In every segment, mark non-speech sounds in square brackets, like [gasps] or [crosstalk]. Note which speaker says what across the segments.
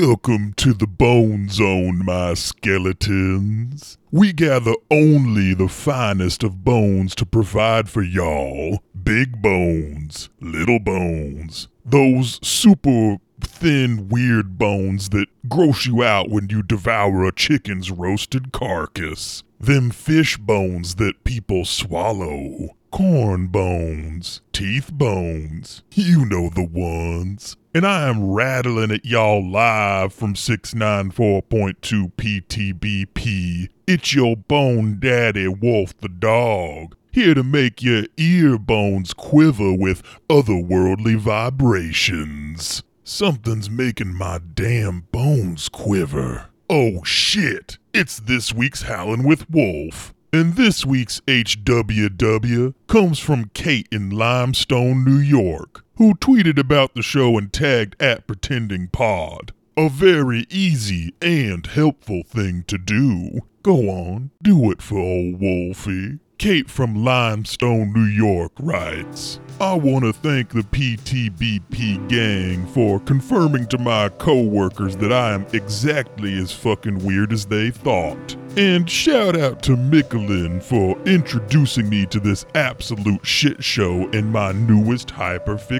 Speaker 1: Welcome to the Bone Zone, my skeletons. We gather only the finest of bones to provide for y'all. Big bones, little bones, those super thin, weird bones that gross you out when you devour a chicken's roasted carcass. Them fish bones that people swallow. Corn bones, teeth bones, you know the ones. And I am rattling at y'all live from 694.2 PTBP. It's your bone daddy, Wolf the dog, here to make your ear bones quiver with otherworldly vibrations. Something's making my damn bones quiver. Oh shit! It's this week's Howlin' with Wolf. And this week's HWW comes from Kate in Limestone, New York, who tweeted about the show and tagged at Pretending Pod. A very easy and helpful thing to do. Go on, do it for old Wolfie. Kate from Limestone, New York writes I want to thank the PTBP gang for confirming to my coworkers that I am exactly as fucking weird as they thought. And shout out to Mikolin for introducing me to this absolute shit show and my newest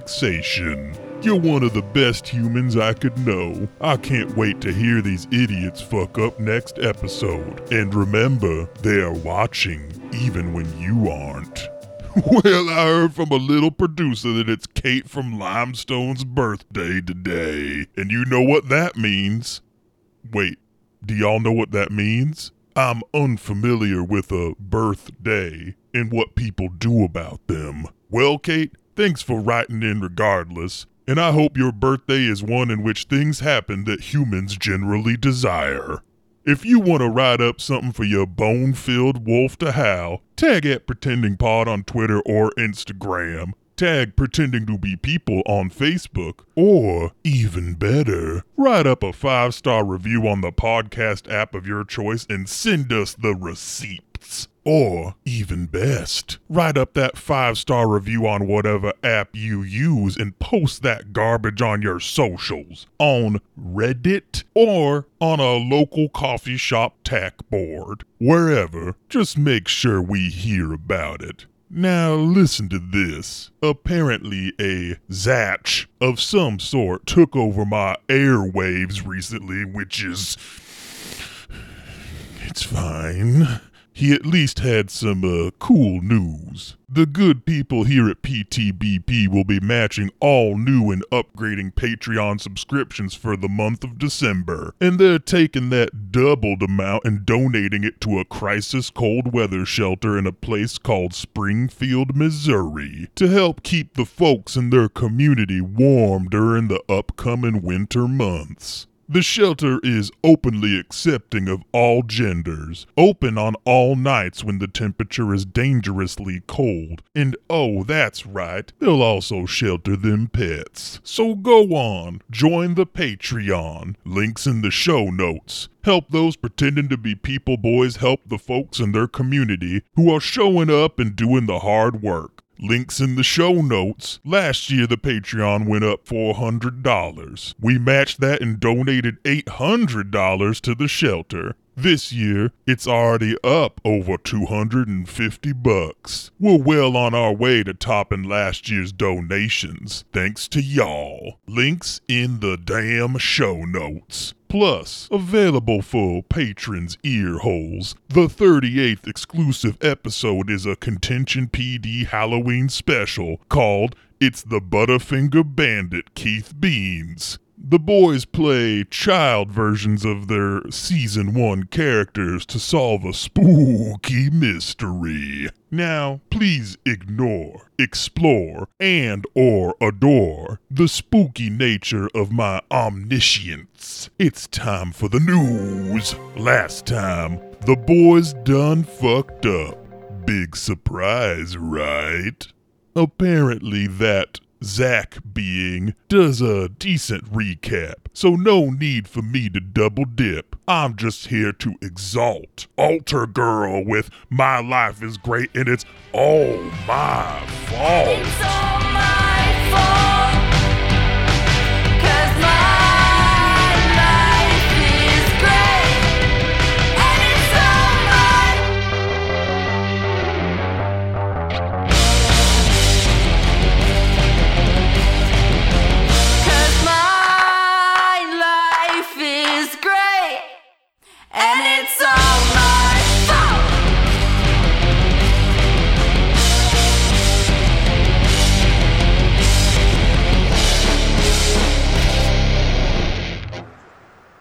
Speaker 1: hyperfixation. You're one of the best humans I could know. I can't wait to hear these idiots fuck up next episode. And remember, they are watching even when you aren't. [laughs] Well, I heard from a little producer that it's Kate from Limestone's birthday today. And you know what that means. Wait, do y'all know what that means? I'm unfamiliar with a birthday and what people do about them. Well, Kate, thanks for writing in regardless, and I hope your birthday is one in which things happen that humans generally desire. If you want to write up something for your bone filled wolf to howl, tag at Pretending Pod on Twitter or Instagram. Tag Pretending to Be People on Facebook, or even better, write up a five star review on the podcast app of your choice and send us the receipts. Or, even best, write up that five star review on whatever app you use and post that garbage on your socials, on Reddit, or on a local coffee shop tack board. Wherever, just make sure we hear about it. Now, listen to this. Apparently, a zatch of some sort took over my airwaves recently, which is. It's fine. He at least had some uh, cool news. The good people here at PTBP will be matching all new and upgrading Patreon subscriptions for the month of December, and they're taking that doubled amount and donating it to a crisis cold weather shelter in a place called Springfield, Missouri, to help keep the folks in their community warm during the upcoming winter months. The shelter is openly accepting of all genders, open on all nights when the temperature is dangerously cold, and oh, that's right, they'll also shelter them pets. So go on, join the Patreon, links in the show notes. Help those pretending to be people boys help the folks in their community who are showing up and doing the hard work. Links in the show notes. Last year, the Patreon went up $400. We matched that and donated $800 to the shelter. This year, it's already up over 250 bucks. We're well on our way to topping last year's donations, thanks to y'all. Links in the damn show notes. Plus, available for patrons' ear holes. The 38th exclusive episode is a Contention PD Halloween special called It's the Butterfinger Bandit Keith Beans. The boys play child versions of their season one characters to solve a spooky mystery. Now, please ignore, explore, and or adore the spooky nature of my omniscience. It's time for the news. Last time, the boys done fucked up. Big surprise, right? Apparently that Zach being does a decent recap, so no need for me to double dip. I'm just here to exalt Alter Girl with My Life is Great and it's all my fault.
Speaker 2: It's all my fault. 'Cause my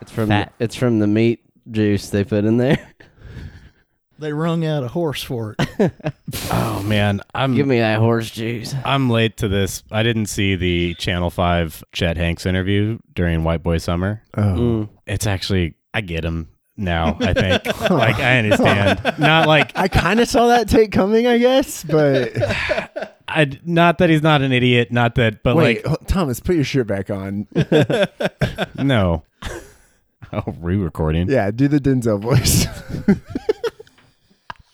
Speaker 2: It's from
Speaker 3: Fat.
Speaker 2: it's from the meat juice they put in there.
Speaker 4: They wrung out a horse for it. [laughs]
Speaker 5: Oh man,
Speaker 2: [laughs]
Speaker 5: I'm
Speaker 2: Give me that horse juice.
Speaker 5: I'm late to this. I didn't see the Channel 5 Chet Hanks interview during White Boy Summer.
Speaker 3: Oh.
Speaker 2: Mm.
Speaker 5: It's actually I get him now, I think.
Speaker 3: [laughs]
Speaker 5: like I understand. Not like
Speaker 3: I kind of saw that take coming, I guess, but
Speaker 5: [laughs] I not that he's not an idiot, not that but
Speaker 3: wait,
Speaker 5: like
Speaker 3: hold- "Oh, Thomas, put your shirt
Speaker 5: [laughs]
Speaker 3: back on.
Speaker 5: no. [laughs] Oh, re-recording.
Speaker 3: Yeah, do the Denzel voice.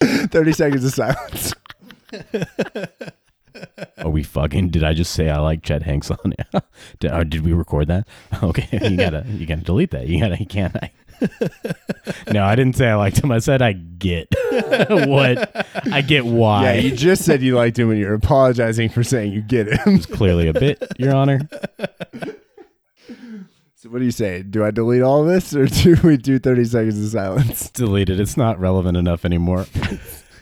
Speaker 3: [laughs] 30 seconds of silence.
Speaker 5: Are we fucking? Did I just say I like Chet Hanks on it? [laughs] did, or did we record that? [laughs] Okay, you gotta you gotta delete that. You gotta you can't. I, [laughs] no, I didn't say I liked him. I said I get [laughs] what I get. Why
Speaker 3: Yeah, you just said you liked him and you're apologizing for saying you get him. [laughs]
Speaker 5: it's clearly a bit, Your Honor.
Speaker 3: So what do you say? Do I delete all this or do we do 30 seconds of silence?
Speaker 5: Delete it. It's not relevant enough anymore. [laughs]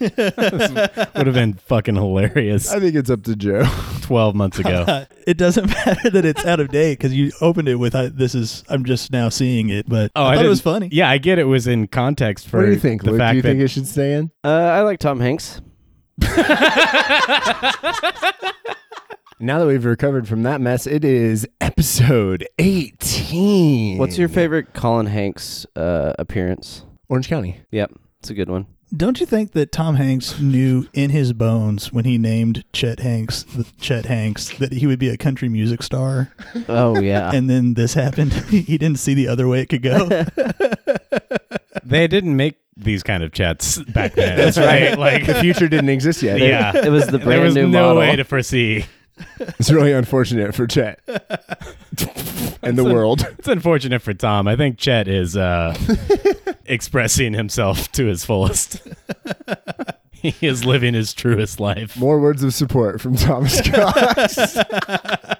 Speaker 5: This would have been fucking hilarious
Speaker 3: I think it's up to Joe. [laughs]
Speaker 5: twelve months ago.
Speaker 4: it doesn't [laughs] matter that it's out of date because you opened it with I, this is I'm just now seeing it, but I thought it
Speaker 5: Oh, didn't-
Speaker 4: was funny.
Speaker 5: Yeah, I get it was in context for
Speaker 3: what do you think,
Speaker 5: the
Speaker 3: Luke?
Speaker 5: fact
Speaker 3: Do you
Speaker 5: that
Speaker 3: think it should stay in?
Speaker 2: Uh, I like Tom Hanks.
Speaker 3: Now that we've recovered from that mess, it is episode 18.
Speaker 2: What's your favorite Colin Hanks uh, appearance?
Speaker 5: [laughs]
Speaker 3: Orange County?
Speaker 2: Yep, it's a good one.
Speaker 4: Don't you think that Tom Hanks knew in his bones when he named Chet Hanks the Chet Hanks that he would be a country music
Speaker 5: [laughs]
Speaker 4: star?
Speaker 2: Oh yeah,
Speaker 4: And then this happened. [laughs] he didn't see the other way it could
Speaker 5: [laughs]
Speaker 4: go.
Speaker 5: they didn't make these kind of chats back
Speaker 3: [laughs]
Speaker 5: then. That's Like,
Speaker 3: the future didn't exist yet.
Speaker 5: yeah,
Speaker 2: it was the
Speaker 5: [laughs] there
Speaker 2: brand
Speaker 5: was
Speaker 2: new
Speaker 5: no
Speaker 2: model.
Speaker 5: way to foresee.
Speaker 3: It's really unfortunate for
Speaker 5: [laughs]
Speaker 3: Chet and the world.
Speaker 5: It's unfortunate for Tom. I think Chet is uh, expressing himself to his fullest. [laughs] he is living his truest life.
Speaker 3: More words of support from [laughs] Thomas Cox.
Speaker 5: I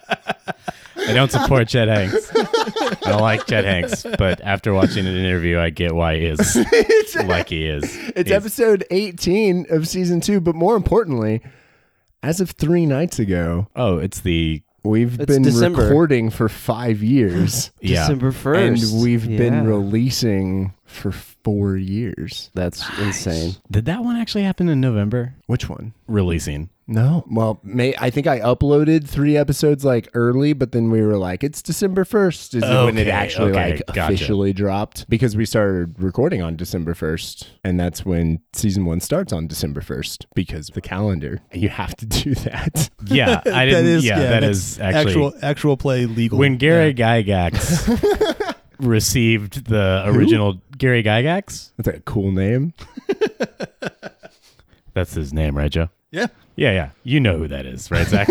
Speaker 5: don't support Chet Hanks. I don't like Chet Hanks, but after watching an interview, I get why he is like he is.
Speaker 3: It's
Speaker 5: He's-
Speaker 3: episode 18 of season two, but more importantly, as of three nights ago,
Speaker 5: oh, it's the
Speaker 3: we've
Speaker 2: It's
Speaker 3: been
Speaker 2: December.
Speaker 3: recording for five years.
Speaker 5: yeah.
Speaker 2: December [laughs] first,
Speaker 3: And we've been
Speaker 2: Yeah.
Speaker 3: releasing for four years.
Speaker 2: That's insane.
Speaker 5: Did that one actually happen in November?
Speaker 3: Which one?
Speaker 5: Releasing.
Speaker 3: No. Well, may, I think I uploaded three episodes like early, but then we were like, it's December 1st is when it
Speaker 5: Okay,
Speaker 3: actually
Speaker 5: okay,
Speaker 3: like
Speaker 5: gotcha.
Speaker 3: officially dropped because we started recording on December 1st. And that's when season one starts on December 1st because the calendar, you have to [laughs] do that.
Speaker 5: Yeah, I
Speaker 4: That
Speaker 5: didn't.
Speaker 4: is-
Speaker 5: yeah,
Speaker 4: yeah,
Speaker 5: that
Speaker 4: that's
Speaker 5: is actually
Speaker 4: actual actual play legal.
Speaker 5: when Gary Gygax received the original Gary Gygax.
Speaker 3: That's a cool name.
Speaker 5: That's his name, right, Joe?
Speaker 4: Yeah.
Speaker 5: Yeah, yeah. You know who that is, right, Zach?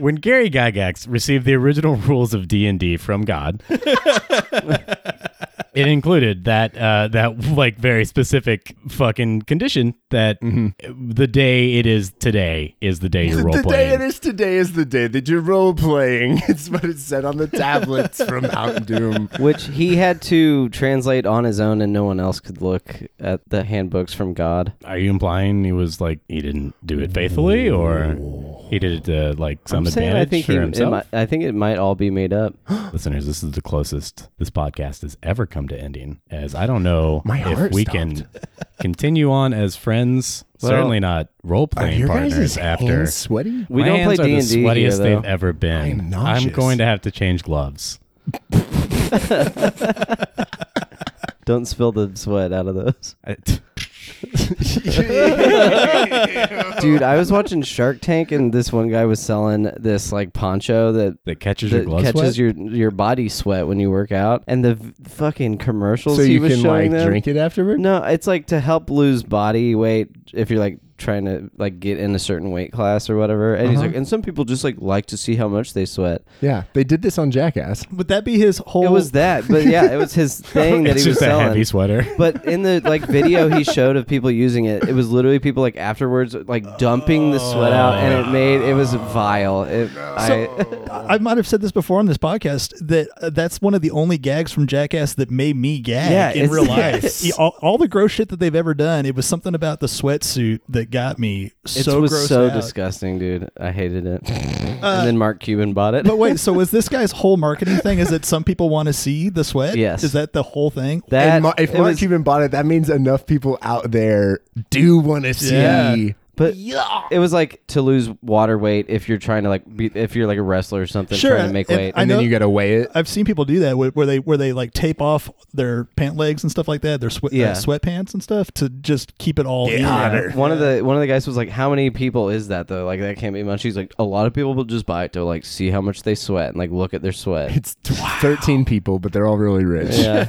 Speaker 5: when Gary Gygax received the original [laughs] rules of D and D from God, it included that uh, that like very specific fucking condition that the day it is today is the day you're role
Speaker 3: the day
Speaker 5: playing.
Speaker 3: it is today is the day that you're role playing. [laughs] It's what it said on the tablets from Mountain [laughs] Doom.
Speaker 2: Which he had to translate on his own, and no one else could look at the handbooks from God.
Speaker 5: Are you implying he was like he didn't do it faithfully, or he did it to like some
Speaker 2: I'm saying I
Speaker 5: advantage
Speaker 2: think
Speaker 5: for
Speaker 2: he, it
Speaker 5: himself?
Speaker 2: might, I think it might all be made
Speaker 5: [gasps]
Speaker 2: up.
Speaker 5: Listeners, this is the closest this podcast has ever come to ending. As I don't know
Speaker 3: My
Speaker 5: if
Speaker 3: heart
Speaker 5: we
Speaker 3: stopped.
Speaker 5: can continue on as friends.
Speaker 2: Well,
Speaker 5: Certainly not role playing partners after.
Speaker 3: sweaty?
Speaker 2: We
Speaker 5: My
Speaker 2: don't play
Speaker 5: hands are
Speaker 2: D
Speaker 5: the
Speaker 2: and D here,
Speaker 5: sweatiest
Speaker 2: though.
Speaker 5: they've ever been.
Speaker 3: I'm nauseous.
Speaker 5: going to have to change gloves.
Speaker 2: Don't spill the sweat out of those,
Speaker 3: [laughs]
Speaker 5: I- [laughs]
Speaker 2: dude. I was watching Shark Tank, and this one guy was selling this like poncho that.
Speaker 5: that catches your
Speaker 2: That
Speaker 5: gloves.
Speaker 2: catches your your body sweat when you work out, and the v- fucking commercials
Speaker 3: So
Speaker 2: he
Speaker 3: you
Speaker 2: was
Speaker 3: can like
Speaker 2: showing them.
Speaker 3: drink it afterward?
Speaker 2: No, it's like to help lose body weight if you're like trying to like get in a certain weight class or whatever. And he's
Speaker 3: Uh-huh.
Speaker 2: like, and some people just like like to see how much they sweat.
Speaker 3: Yeah, they did this on Jackass.
Speaker 4: Would that be his whole?
Speaker 2: It was that, but yeah, it was
Speaker 3: [laughs]
Speaker 2: his thing that
Speaker 5: it's
Speaker 2: he was
Speaker 5: just a
Speaker 2: selling.
Speaker 5: heavy sweater.
Speaker 2: but in the like video he showed of people using it, it was literally people like afterwards like dumping the sweat out, and it made it was vile. It, I,
Speaker 4: I might have said this before on this podcast that uh, that's one of the only gags from Jackass that made me gag
Speaker 2: Yeah,
Speaker 4: in
Speaker 2: it's-
Speaker 4: real
Speaker 2: [laughs]
Speaker 4: life.
Speaker 2: yes.
Speaker 4: Yeah, All, all the gross shit that they've ever done, it was something about the sweatsuit that got me
Speaker 2: It
Speaker 4: so
Speaker 2: was
Speaker 4: grossed
Speaker 2: so
Speaker 4: out.
Speaker 2: disgusting, dude. I hated it. and then Mark Cuban bought it.
Speaker 4: But wait, so was this guy's whole marketing thing? Is that some people want to see the sweat?
Speaker 2: Yes.
Speaker 4: Is that the whole thing?
Speaker 2: that
Speaker 3: and Ma- if
Speaker 2: it
Speaker 3: Mark
Speaker 2: was-
Speaker 3: Cuban bought it, that means enough people out there do want to see.
Speaker 4: Yeah.
Speaker 2: but it was like to lose water weight if you're trying to like be, if you're like a wrestler or something
Speaker 4: Sure,
Speaker 2: trying to make
Speaker 4: and
Speaker 2: weight.
Speaker 4: I
Speaker 3: And
Speaker 4: know-
Speaker 3: then you got to weigh it.
Speaker 4: I've seen people do that where, where they where they like tape off their pant legs and stuff like that, their sweat
Speaker 2: Yeah.
Speaker 4: uh, sweatpants and stuff to just keep it all
Speaker 3: Get
Speaker 4: in.
Speaker 3: hotter.
Speaker 2: one of the one of the guys was like, "How many people is that though? Like that can't be much." He's like, "A lot of people will just buy it to like see how much they sweat and like look at their sweat."
Speaker 3: It's t- 13 people, but they're all really rich.
Speaker 2: yeah,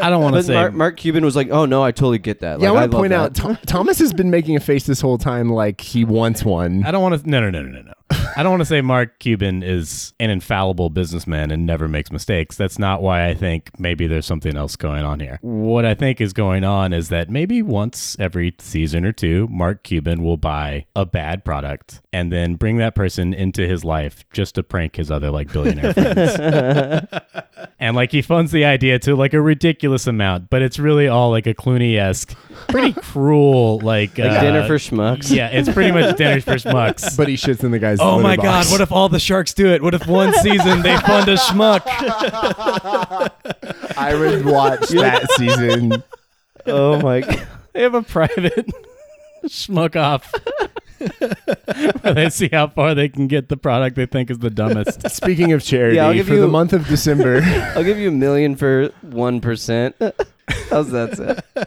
Speaker 5: I don't want to
Speaker 2: but
Speaker 5: say.
Speaker 2: Mark, Mark Cuban was like, "Oh no, I totally get that."
Speaker 3: Yeah, I
Speaker 2: Like,
Speaker 3: want to
Speaker 2: love
Speaker 3: point
Speaker 2: that.
Speaker 3: out Tho- Thomas has been making a face this whole time like he wants one.
Speaker 5: I don't want to. No, no, no, no, no, no. I don't want to say Mark Cuban is an infallible businessman and never makes mistakes. That's not why I think maybe there's something else going on here. What I think is going on is that maybe once every season or two, Mark Cuban will buy a bad product and then bring that person into his life just to prank his other like billionaire friends. and like he funds the idea to like a ridiculous amount, but it's really all like a Clooney esque, pretty cruel like,
Speaker 2: Like
Speaker 5: uh,
Speaker 2: dinner for schmucks.
Speaker 5: [laughs] yeah, it's pretty much dinner for schmucks.
Speaker 3: But he shits in the guy's
Speaker 5: Oh
Speaker 3: litter
Speaker 5: my
Speaker 3: box.
Speaker 5: God! What if all the sharks do it? What if one season they fund a schmuck?
Speaker 3: I would
Speaker 2: [laughs]
Speaker 3: watch that season.
Speaker 2: Oh my god.
Speaker 5: [laughs] They have a private [laughs] schmuck off [laughs] where they see how far they can get the product they think is the dumbest. [laughs]
Speaker 3: Speaking of charity,
Speaker 2: Yeah, I'll give
Speaker 3: for
Speaker 2: you-
Speaker 3: the month
Speaker 2: [laughs]
Speaker 3: of December,
Speaker 2: I'll give you a million for one percent. How's that sound?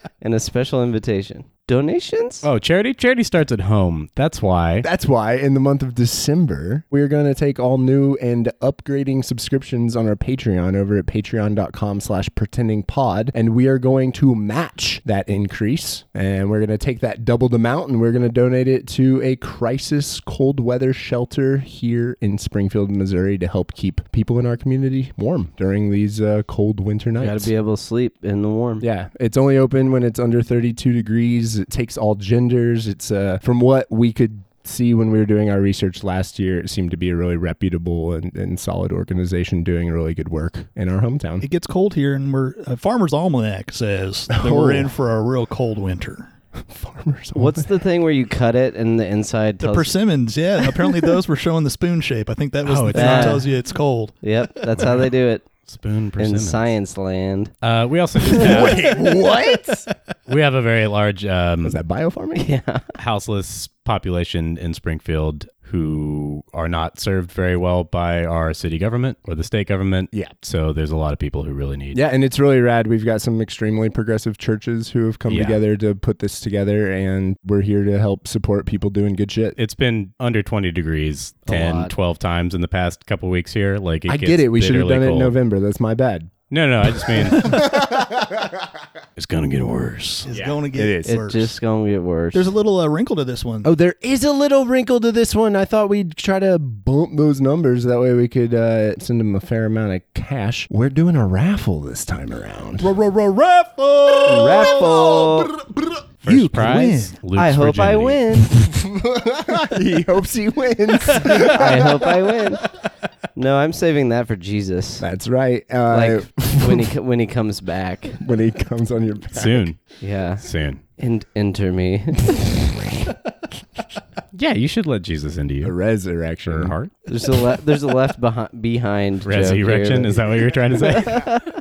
Speaker 5: [laughs]
Speaker 2: and a special invitation. Donations?
Speaker 5: Oh, charity! Charity starts at home. That's why.
Speaker 3: that's why in the month of December, we're going to take all new and upgrading subscriptions on our Patreon over at patreon.com slash pretending pod. And we are going to match that increase. And we're going to take that doubled amount and we're going to donate it to a crisis cold weather shelter here in Springfield, Missouri to help keep people in our community warm during these uh, cold winter nights.
Speaker 2: Gotta be able to sleep in the warm.
Speaker 3: Yeah, it's only open when it's under 32 degrees. It takes all genders. It's uh, from what we could see when we were doing our research last year, it seemed to be a really reputable and, and solid organization doing really good work in our hometown.
Speaker 4: It gets cold here, and we're uh, Farmer's Almanac says that
Speaker 3: Oh.
Speaker 4: we're in for a real cold winter.
Speaker 3: Farmers.
Speaker 5: [laughs]
Speaker 2: What's the thing where you cut it and the inside
Speaker 4: The
Speaker 2: tells
Speaker 4: persimmons, yeah. Apparently, those were showing the spoon shape. I think that was
Speaker 5: Oh,
Speaker 4: the
Speaker 5: it's
Speaker 4: thing that
Speaker 2: that.
Speaker 4: tells you it's cold.
Speaker 2: Yep, that's how they do it
Speaker 5: [laughs] Spoon
Speaker 2: in
Speaker 5: persimmon.
Speaker 2: science land.
Speaker 5: Uh, we [laughs] also just have,
Speaker 3: what?
Speaker 5: we have a very large um,
Speaker 3: Was that biofarming?
Speaker 2: Yeah.
Speaker 5: houseless population in Springfield who are not served very well by our city government or the state government.
Speaker 3: Yeah.
Speaker 5: So there's a lot of people who really need.
Speaker 3: Yeah, and it's really rad. We've got some extremely progressive churches who have come
Speaker 5: Yeah.
Speaker 3: together to put this together, and we're here to help support people doing good shit.
Speaker 5: It's been under 20 degrees
Speaker 2: A
Speaker 5: 10,
Speaker 2: lot.
Speaker 5: 12 times in the past couple weeks here. Like it
Speaker 3: I
Speaker 5: gets
Speaker 3: get it. We should have
Speaker 5: bitterly
Speaker 3: done it in
Speaker 5: cold.
Speaker 3: November. That's my bad.
Speaker 5: No, no, I just
Speaker 3: [laughs]
Speaker 5: mean it's gonna get worse.
Speaker 4: It's
Speaker 5: Yeah.
Speaker 4: going to get
Speaker 3: It is.
Speaker 2: [laughs] It's
Speaker 4: worse.
Speaker 2: just gonna get worse.
Speaker 4: There's a little uh, wrinkle to this one.
Speaker 3: Oh, there is a little wrinkle to this one. I thought we'd try to bump those numbers. That way we could uh, send them a fair amount of cash. We're doing a raffle this time around.
Speaker 4: Raffle!
Speaker 2: raffle.
Speaker 5: First
Speaker 3: You
Speaker 5: prize. Luke's
Speaker 2: I hope I
Speaker 5: virginity.
Speaker 2: win.
Speaker 3: [laughs] he hopes he wins.
Speaker 2: I hope I win. No, I'm saving that for Jesus.
Speaker 3: That's right. Uh,
Speaker 2: Like when he co- when he comes back.
Speaker 3: when he comes on your back.
Speaker 5: Soon,
Speaker 2: Yeah.
Speaker 5: soon.
Speaker 2: And enter me. [laughs]
Speaker 5: Yeah, you should let Jesus into
Speaker 3: The
Speaker 5: you. Your
Speaker 3: resurrection.
Speaker 5: heart.
Speaker 2: There's a le- there's a left behind behind joke here
Speaker 5: Resurrection.
Speaker 2: that-
Speaker 5: Is that [laughs] what you're trying to
Speaker 3: [laughs]
Speaker 5: say?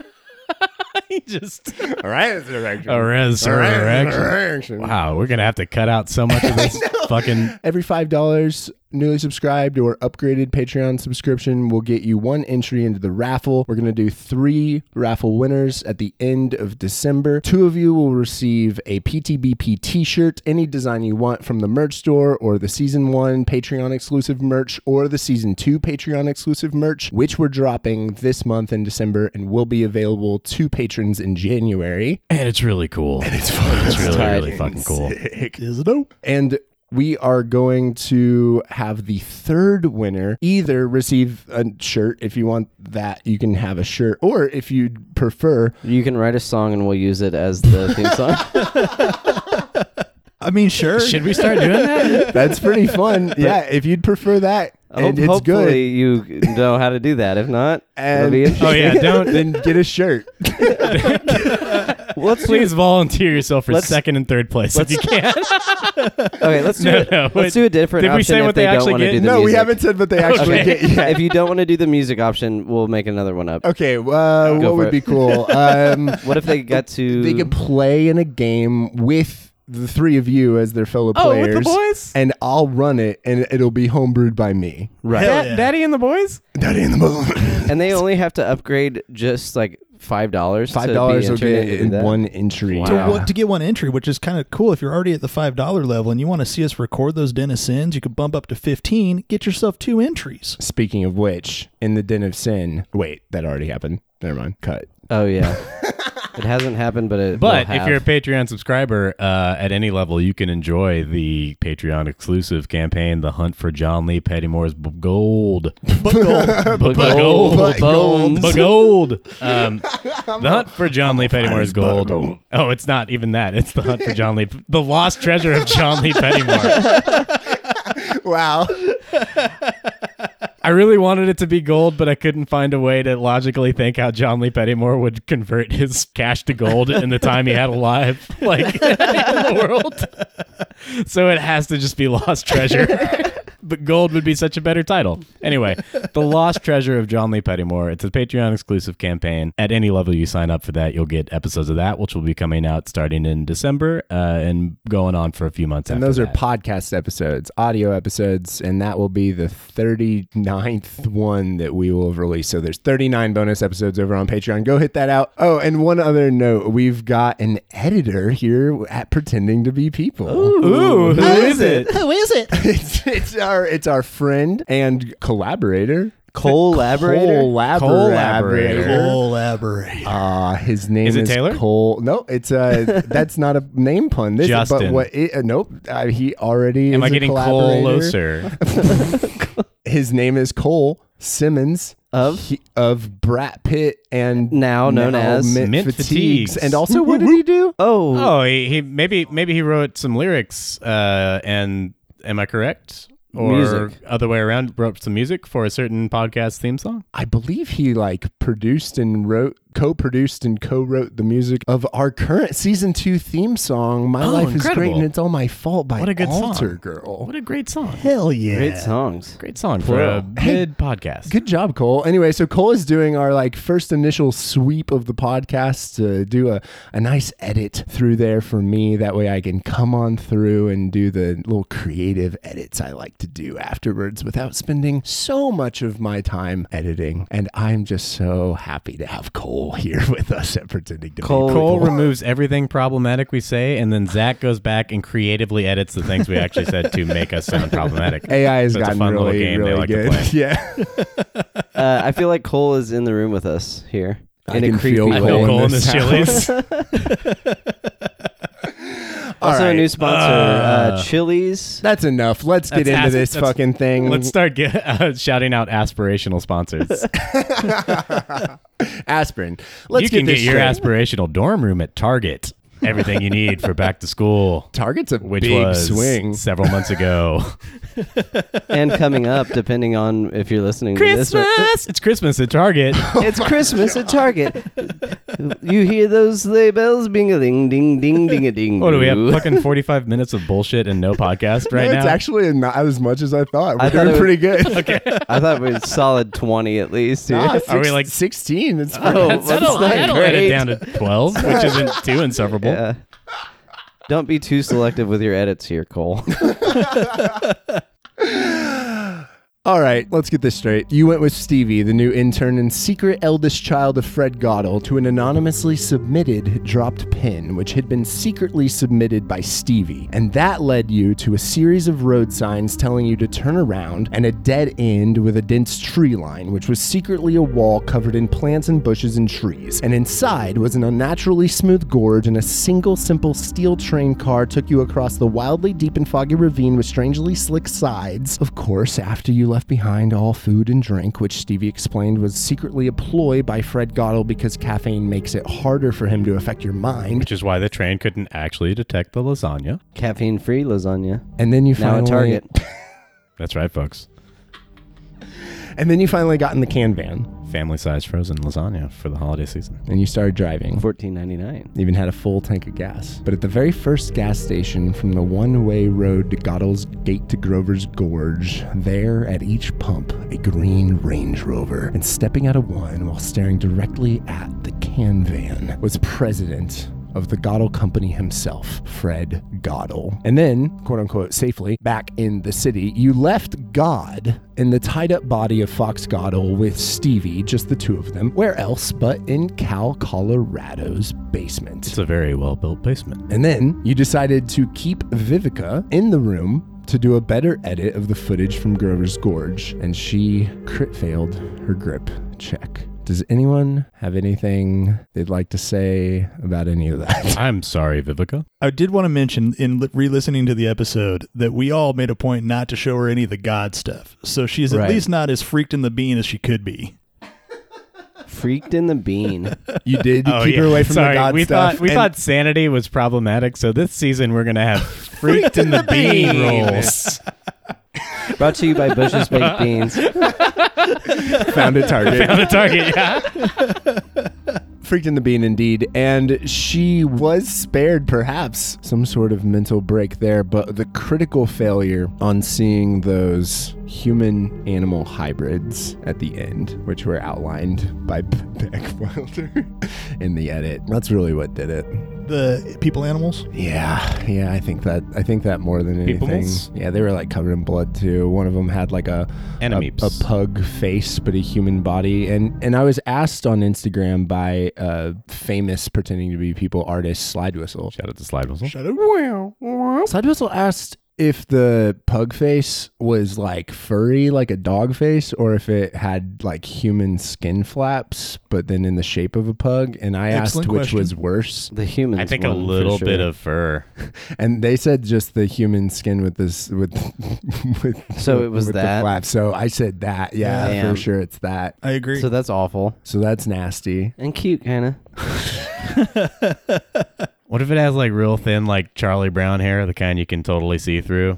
Speaker 5: He just
Speaker 3: A resurrection.
Speaker 5: a resurrection.
Speaker 3: Wow.
Speaker 5: Wow, we're gonna have to cut out so much
Speaker 3: [laughs]
Speaker 5: of this fucking.
Speaker 3: Every $5 newly subscribed or upgraded Patreon subscription will get you one entry into the raffle. We're going to do three raffle winners at the end of December. Two of you will receive a PTBP t shirt, any design you want from the merch store or the season one Patreon exclusive merch or the season two Patreon exclusive merch, which we're dropping this month in December and will be available to patrons in January.
Speaker 5: And it's really cool. And it's fun. It's really, really fucking cool.
Speaker 4: Is it dope?
Speaker 3: And we are going to have the third winner either receive a shirt. If you want that, you can have a shirt. Or if you prefer,
Speaker 2: You can write a song and we'll use it as the theme song.
Speaker 5: [laughs]
Speaker 4: I mean, sure.
Speaker 5: Should we start doing that?
Speaker 3: that's
Speaker 2: [laughs]
Speaker 3: pretty fun. yeah, if you'd prefer that, and
Speaker 2: Hope-
Speaker 3: it's good.
Speaker 2: hopefully you know how to
Speaker 3: [laughs]
Speaker 2: do that. If not, it'll
Speaker 5: [laughs]
Speaker 3: And-
Speaker 2: be
Speaker 5: Oh
Speaker 2: interesting.
Speaker 5: yeah, don't
Speaker 3: Then get a shirt.
Speaker 2: Let's do,
Speaker 5: [laughs] Oh, Please volunteer yourself for
Speaker 2: Let's-
Speaker 5: second and third place [laughs] if you can.
Speaker 2: okay, let's do
Speaker 5: No,
Speaker 2: it.
Speaker 5: no, wait.
Speaker 2: let's do a different
Speaker 5: Did we
Speaker 2: option
Speaker 5: say
Speaker 2: if
Speaker 5: what
Speaker 2: they,
Speaker 5: they
Speaker 2: don't
Speaker 5: actually
Speaker 2: want to
Speaker 5: get?
Speaker 2: do the
Speaker 3: no, we
Speaker 2: music.
Speaker 3: haven't said what they actually
Speaker 5: Okay. [laughs]
Speaker 3: get yet.
Speaker 2: if you don't want to do the music option, we'll make another one up.
Speaker 3: Okay, uh,
Speaker 2: Go
Speaker 3: what
Speaker 2: for
Speaker 3: would
Speaker 2: it.
Speaker 3: be cool? Um,
Speaker 2: [laughs] What if they got to?
Speaker 3: they could play in a game with the three of you as their fellow
Speaker 5: Oh,
Speaker 3: players.
Speaker 5: with the boys?
Speaker 3: And I'll run it, and it'll be homebrewed by me.
Speaker 4: Hell
Speaker 5: Da-
Speaker 4: yeah.
Speaker 5: Daddy and the boys?
Speaker 3: Daddy in the bone. [laughs]
Speaker 2: and they only have to upgrade just like five dollars.
Speaker 3: Five dollars will
Speaker 2: will
Speaker 3: get it in one entry.
Speaker 2: Wow.
Speaker 4: to,
Speaker 2: Yeah.
Speaker 4: what, to get one entry, which is kind of cool. If you're already at the five dollar level and you want to see us record those denizens, you could bump up to fifteen. Get yourself two entries.
Speaker 3: Speaking of which, in the den of sin. Wait, that already happened. Never mind. Cut.
Speaker 2: Oh yeah,
Speaker 3: [laughs]
Speaker 2: it hasn't happened, but it.
Speaker 5: But
Speaker 2: will
Speaker 5: if
Speaker 2: have.
Speaker 5: you're a Patreon subscriber uh, at any level, you can enjoy the Patreon exclusive campaign, The Hunt for John Lee Pettymore's B- Gold. [laughs] But gold.
Speaker 2: But gold.
Speaker 5: But gold. Um, the Hunt for John Lee Pettymore's Gold. Oh, it's not even that. It's The Hunt for John Lee, The Lost Treasure of John Lee [laughs] Pettymore.
Speaker 3: Wow.
Speaker 5: I really wanted it to be gold, but I couldn't find a way to logically think how John Lee Pettymore would convert his cash to gold in the time he had alive, [laughs] like in the world. So it has to just be lost
Speaker 3: [laughs]
Speaker 5: treasure. But gold would be such a better title. Anyway, The Lost Treasure of John Lee Pettymore. It's a Patreon exclusive campaign. At any level you sign up for that, you'll get episodes of that, which will be coming out starting in December uh, and going on for a few months
Speaker 3: And
Speaker 5: after
Speaker 3: those are
Speaker 5: that.
Speaker 3: podcast episodes, audio episodes, and that will be the 39th one that we will have released. So there's 39 bonus episodes over on Patreon. Go hit that out. Oh, and one other note we've got an editor here at Pretending to Be People.
Speaker 5: Ooh, who is it?
Speaker 4: Who is it?
Speaker 3: [laughs] It's, it's our it's our friend and collaborator.
Speaker 2: collaborator.
Speaker 3: Collaborator.
Speaker 4: Collaborate.
Speaker 3: Ah, his name
Speaker 5: Is
Speaker 3: is,
Speaker 5: it Taylor?
Speaker 3: Cole. No,
Speaker 5: [laughs]
Speaker 3: it's uh that's not a name pun. This
Speaker 5: Justin.
Speaker 3: but what it, uh, nope, uh, he already
Speaker 5: Am
Speaker 3: is
Speaker 5: I
Speaker 3: a
Speaker 5: getting
Speaker 3: collaborator.
Speaker 5: closer?
Speaker 3: His name is Cole Simmons
Speaker 2: Of?
Speaker 3: he, of Brad Pitt and
Speaker 2: Now known as-
Speaker 3: Mint,
Speaker 5: Mint
Speaker 3: Fatigues.
Speaker 5: Fatigues.
Speaker 3: And also what did he do?
Speaker 2: Oh,
Speaker 5: Oh, he, he maybe maybe he wrote some lyrics. Uh, and am I correct? Or
Speaker 2: Music.
Speaker 5: other way around, wrote some music for a certain podcast theme song.
Speaker 3: I believe he like produced and wrote co-produced and co-wrote the music of our current season 2 theme song My
Speaker 5: Oh,
Speaker 3: Life is Great
Speaker 5: incredible.
Speaker 3: and It's All My Fault by
Speaker 5: What a good song.
Speaker 3: Alter Girl.
Speaker 5: What a great song!
Speaker 4: Hell yeah.
Speaker 2: great songs.
Speaker 5: Great song for a mid podcast.
Speaker 3: Good job, Cole. Anyway, so Cole is doing our like first initial sweep of the podcast to do a, a nice edit through there for me. That way I can come on through and do the little creative edits I like to do afterwards without spending so much of my time editing. And I'm just so happy to have Cole [laughs] here with us at pretending to
Speaker 2: Cole-
Speaker 3: be
Speaker 5: Cole
Speaker 3: People.
Speaker 5: removes everything problematic we say, and then Zach goes back and creatively edits the things we actually said to make us sound
Speaker 3: [laughs]
Speaker 5: problematic.
Speaker 3: AI has
Speaker 5: So it's a
Speaker 3: gotten
Speaker 5: fun little
Speaker 3: really,
Speaker 5: game they
Speaker 3: really
Speaker 5: like to
Speaker 3: good.
Speaker 5: play.
Speaker 3: [laughs] yeah.
Speaker 2: Uh, I feel like Cole is in the room with us here
Speaker 3: I
Speaker 2: in a
Speaker 3: can
Speaker 2: creepy
Speaker 3: feel
Speaker 2: way.
Speaker 5: [laughs] I feel
Speaker 3: Cole
Speaker 5: Cole
Speaker 3: in
Speaker 5: in
Speaker 3: this
Speaker 5: this Chili's.
Speaker 3: [laughs] All
Speaker 2: Also,
Speaker 3: right.
Speaker 2: a new sponsor, uh, Chili's.
Speaker 3: That's enough. Let's get
Speaker 5: That's
Speaker 3: into
Speaker 5: acid-
Speaker 3: this
Speaker 5: that's-
Speaker 3: fucking thing.
Speaker 5: Let's start get, [laughs] uh, shouting out aspirational sponsors.
Speaker 3: aspirin. Let's
Speaker 5: you can
Speaker 3: this
Speaker 5: get your
Speaker 3: straight.
Speaker 5: aspirational dorm room at Target. Everything you need for back to
Speaker 3: [laughs]
Speaker 5: school,
Speaker 3: Target's a
Speaker 5: which
Speaker 3: big
Speaker 5: was
Speaker 3: swing.
Speaker 5: several months
Speaker 3: [laughs]
Speaker 5: ago.
Speaker 2: and coming up, depending on if you're listening to this. or-
Speaker 5: Christmas! It's Christmas at
Speaker 3: [laughs]
Speaker 5: Target.
Speaker 2: [laughs] it's Christmas at Target. you hear those sleigh bells bing a ding ding ding ding a ding.
Speaker 5: What do we have? Fucking 45 minutes of bullshit and no
Speaker 3: [laughs]
Speaker 5: podcast right
Speaker 3: it's
Speaker 5: now? [laughs]
Speaker 3: actually not as much as I thought. We're
Speaker 2: I thought
Speaker 3: doing
Speaker 2: it was- [laughs]
Speaker 3: pretty [laughs] good. okay.
Speaker 2: I thought we was solid twenty at least. Here.
Speaker 5: Are we like-
Speaker 3: 16?
Speaker 2: [laughs]
Speaker 3: It's
Speaker 2: Oh,
Speaker 3: pretty- [laughs]
Speaker 2: that's
Speaker 5: Settle-
Speaker 2: not
Speaker 5: that'll edit
Speaker 2: great.
Speaker 5: it down to 12, which isn't too insufferable.
Speaker 2: Yeah. Don't be too selective with your edits here, Cole. [laughs]
Speaker 3: All right, let's get this straight. You went with Stevie, the new intern and secret eldest child of Fred Goddell, to an anonymously submitted dropped pin, which had been secretly submitted by Stevie. And that led you to a series of road signs telling you to turn around and a dead end with a dense tree line, which was secretly a wall covered in plants and bushes and trees. And inside was an unnaturally smooth gorge, and a single simple steel train car took you across the wildly deep and foggy ravine with strangely slick sides. Of course, after you left behind all food and drink, which Stevie explained was secretly a ploy by Fred Goddell because caffeine makes it harder for him to affect your mind.
Speaker 5: Which is why the train couldn't actually detect the lasagna.
Speaker 2: Caffeine free lasagna.
Speaker 3: And then you
Speaker 2: Now
Speaker 3: finally
Speaker 2: at
Speaker 3: [laughs]
Speaker 2: Target.
Speaker 5: That's right, folks.
Speaker 3: And then you finally got in the can van.
Speaker 5: family size frozen lasagna for the holiday season.
Speaker 3: and you started driving.
Speaker 2: Fourteen ninety nine.
Speaker 3: Even had a full tank of gas. But at the very first gas station from the one way road to Goddell's Gate to Grover's Gorge, there at each pump, a green Range Rover, and stepping out of one while staring directly at the can van was President of the Goddell Company himself, Fred Goddell. And then, quote unquote, safely back in the city, you left God and the tied up body of Fox Goddell with Stevie, just the two of them. Where else but in Cal Colorado's basement?
Speaker 5: It's a very well built basement.
Speaker 3: And then you decided to keep Vivica in the room to do a better edit of the footage from Grover's Gorge, and she crit failed her grip check. Does anyone have anything they'd like to say about any of that?
Speaker 5: I'm sorry, Vivica.
Speaker 4: I did want to mention in li- re-listening to the episode that we all made a point not to show her any of the god stuff, so she's at
Speaker 3: Right.
Speaker 4: least not as freaked in the bean as she could be.
Speaker 2: Freaked in the bean.
Speaker 3: You did keep her away [laughs] from
Speaker 5: Oh, sorry,
Speaker 3: the god
Speaker 5: we
Speaker 3: stuff.
Speaker 5: Thought, we
Speaker 3: and-
Speaker 5: thought sanity was problematic, so this season we're going to have freaked
Speaker 3: [laughs]
Speaker 5: in the bean rolls. [laughs]
Speaker 2: Brought to you by Bush's [laughs] Baked Beans.
Speaker 5: [laughs]
Speaker 3: found a target.
Speaker 5: the target, yeah.
Speaker 3: Freaked in the bean, indeed. And she was spared, perhaps, some sort of mental break there. But the critical failure on seeing those human animal hybrids at the end, which were outlined by [laughs] P- Beck Wilder in the edit, that's really what did it.
Speaker 4: The people animals.
Speaker 3: Yeah, yeah, I think that I think that more than anything.
Speaker 5: Peoples?
Speaker 3: Yeah, they were like covered in blood too. One of them had like a a,
Speaker 5: Enemies.
Speaker 3: a pug face, but a human body. And and I was asked on Instagram by uh, famous pretending to be people artist Slide Whistle.
Speaker 5: Shout out to Slide Whistle.
Speaker 4: Shut up.
Speaker 3: Slide Whistle asked if the pug face was like furry, like a dog face, or if it had like human skin flaps, but then in the shape of a pug. And I
Speaker 4: Excellent
Speaker 3: asked which
Speaker 4: question.
Speaker 3: was worse.
Speaker 2: The humans.
Speaker 5: I think a
Speaker 2: one, for
Speaker 5: little
Speaker 2: sure.
Speaker 5: bit of fur.
Speaker 3: And they said just the human skin with this with [laughs] with
Speaker 2: So it was
Speaker 3: with
Speaker 2: that?
Speaker 3: the flap. So I said that, yeah,
Speaker 2: Damn.
Speaker 3: for sure it's that.
Speaker 4: I agree.
Speaker 2: So that's awful
Speaker 3: So that's nasty.
Speaker 2: and cute, kind of.
Speaker 5: What if it has like real thin, like Charlie Brown hair, the kind you can totally see
Speaker 3: [laughs]
Speaker 5: through,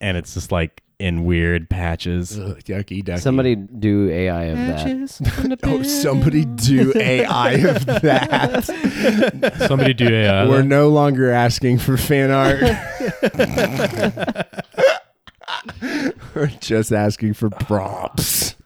Speaker 5: and it's just like in weird
Speaker 3: [laughs]
Speaker 5: patches?
Speaker 3: Ugh, yucky ducky.
Speaker 2: Somebody do AI of that.
Speaker 3: Oh, somebody do
Speaker 2: [laughs]
Speaker 3: AI of that.
Speaker 5: Somebody do AI.
Speaker 3: We're no longer asking for
Speaker 2: [laughs]
Speaker 3: fan art. [laughs] We're just asking for props.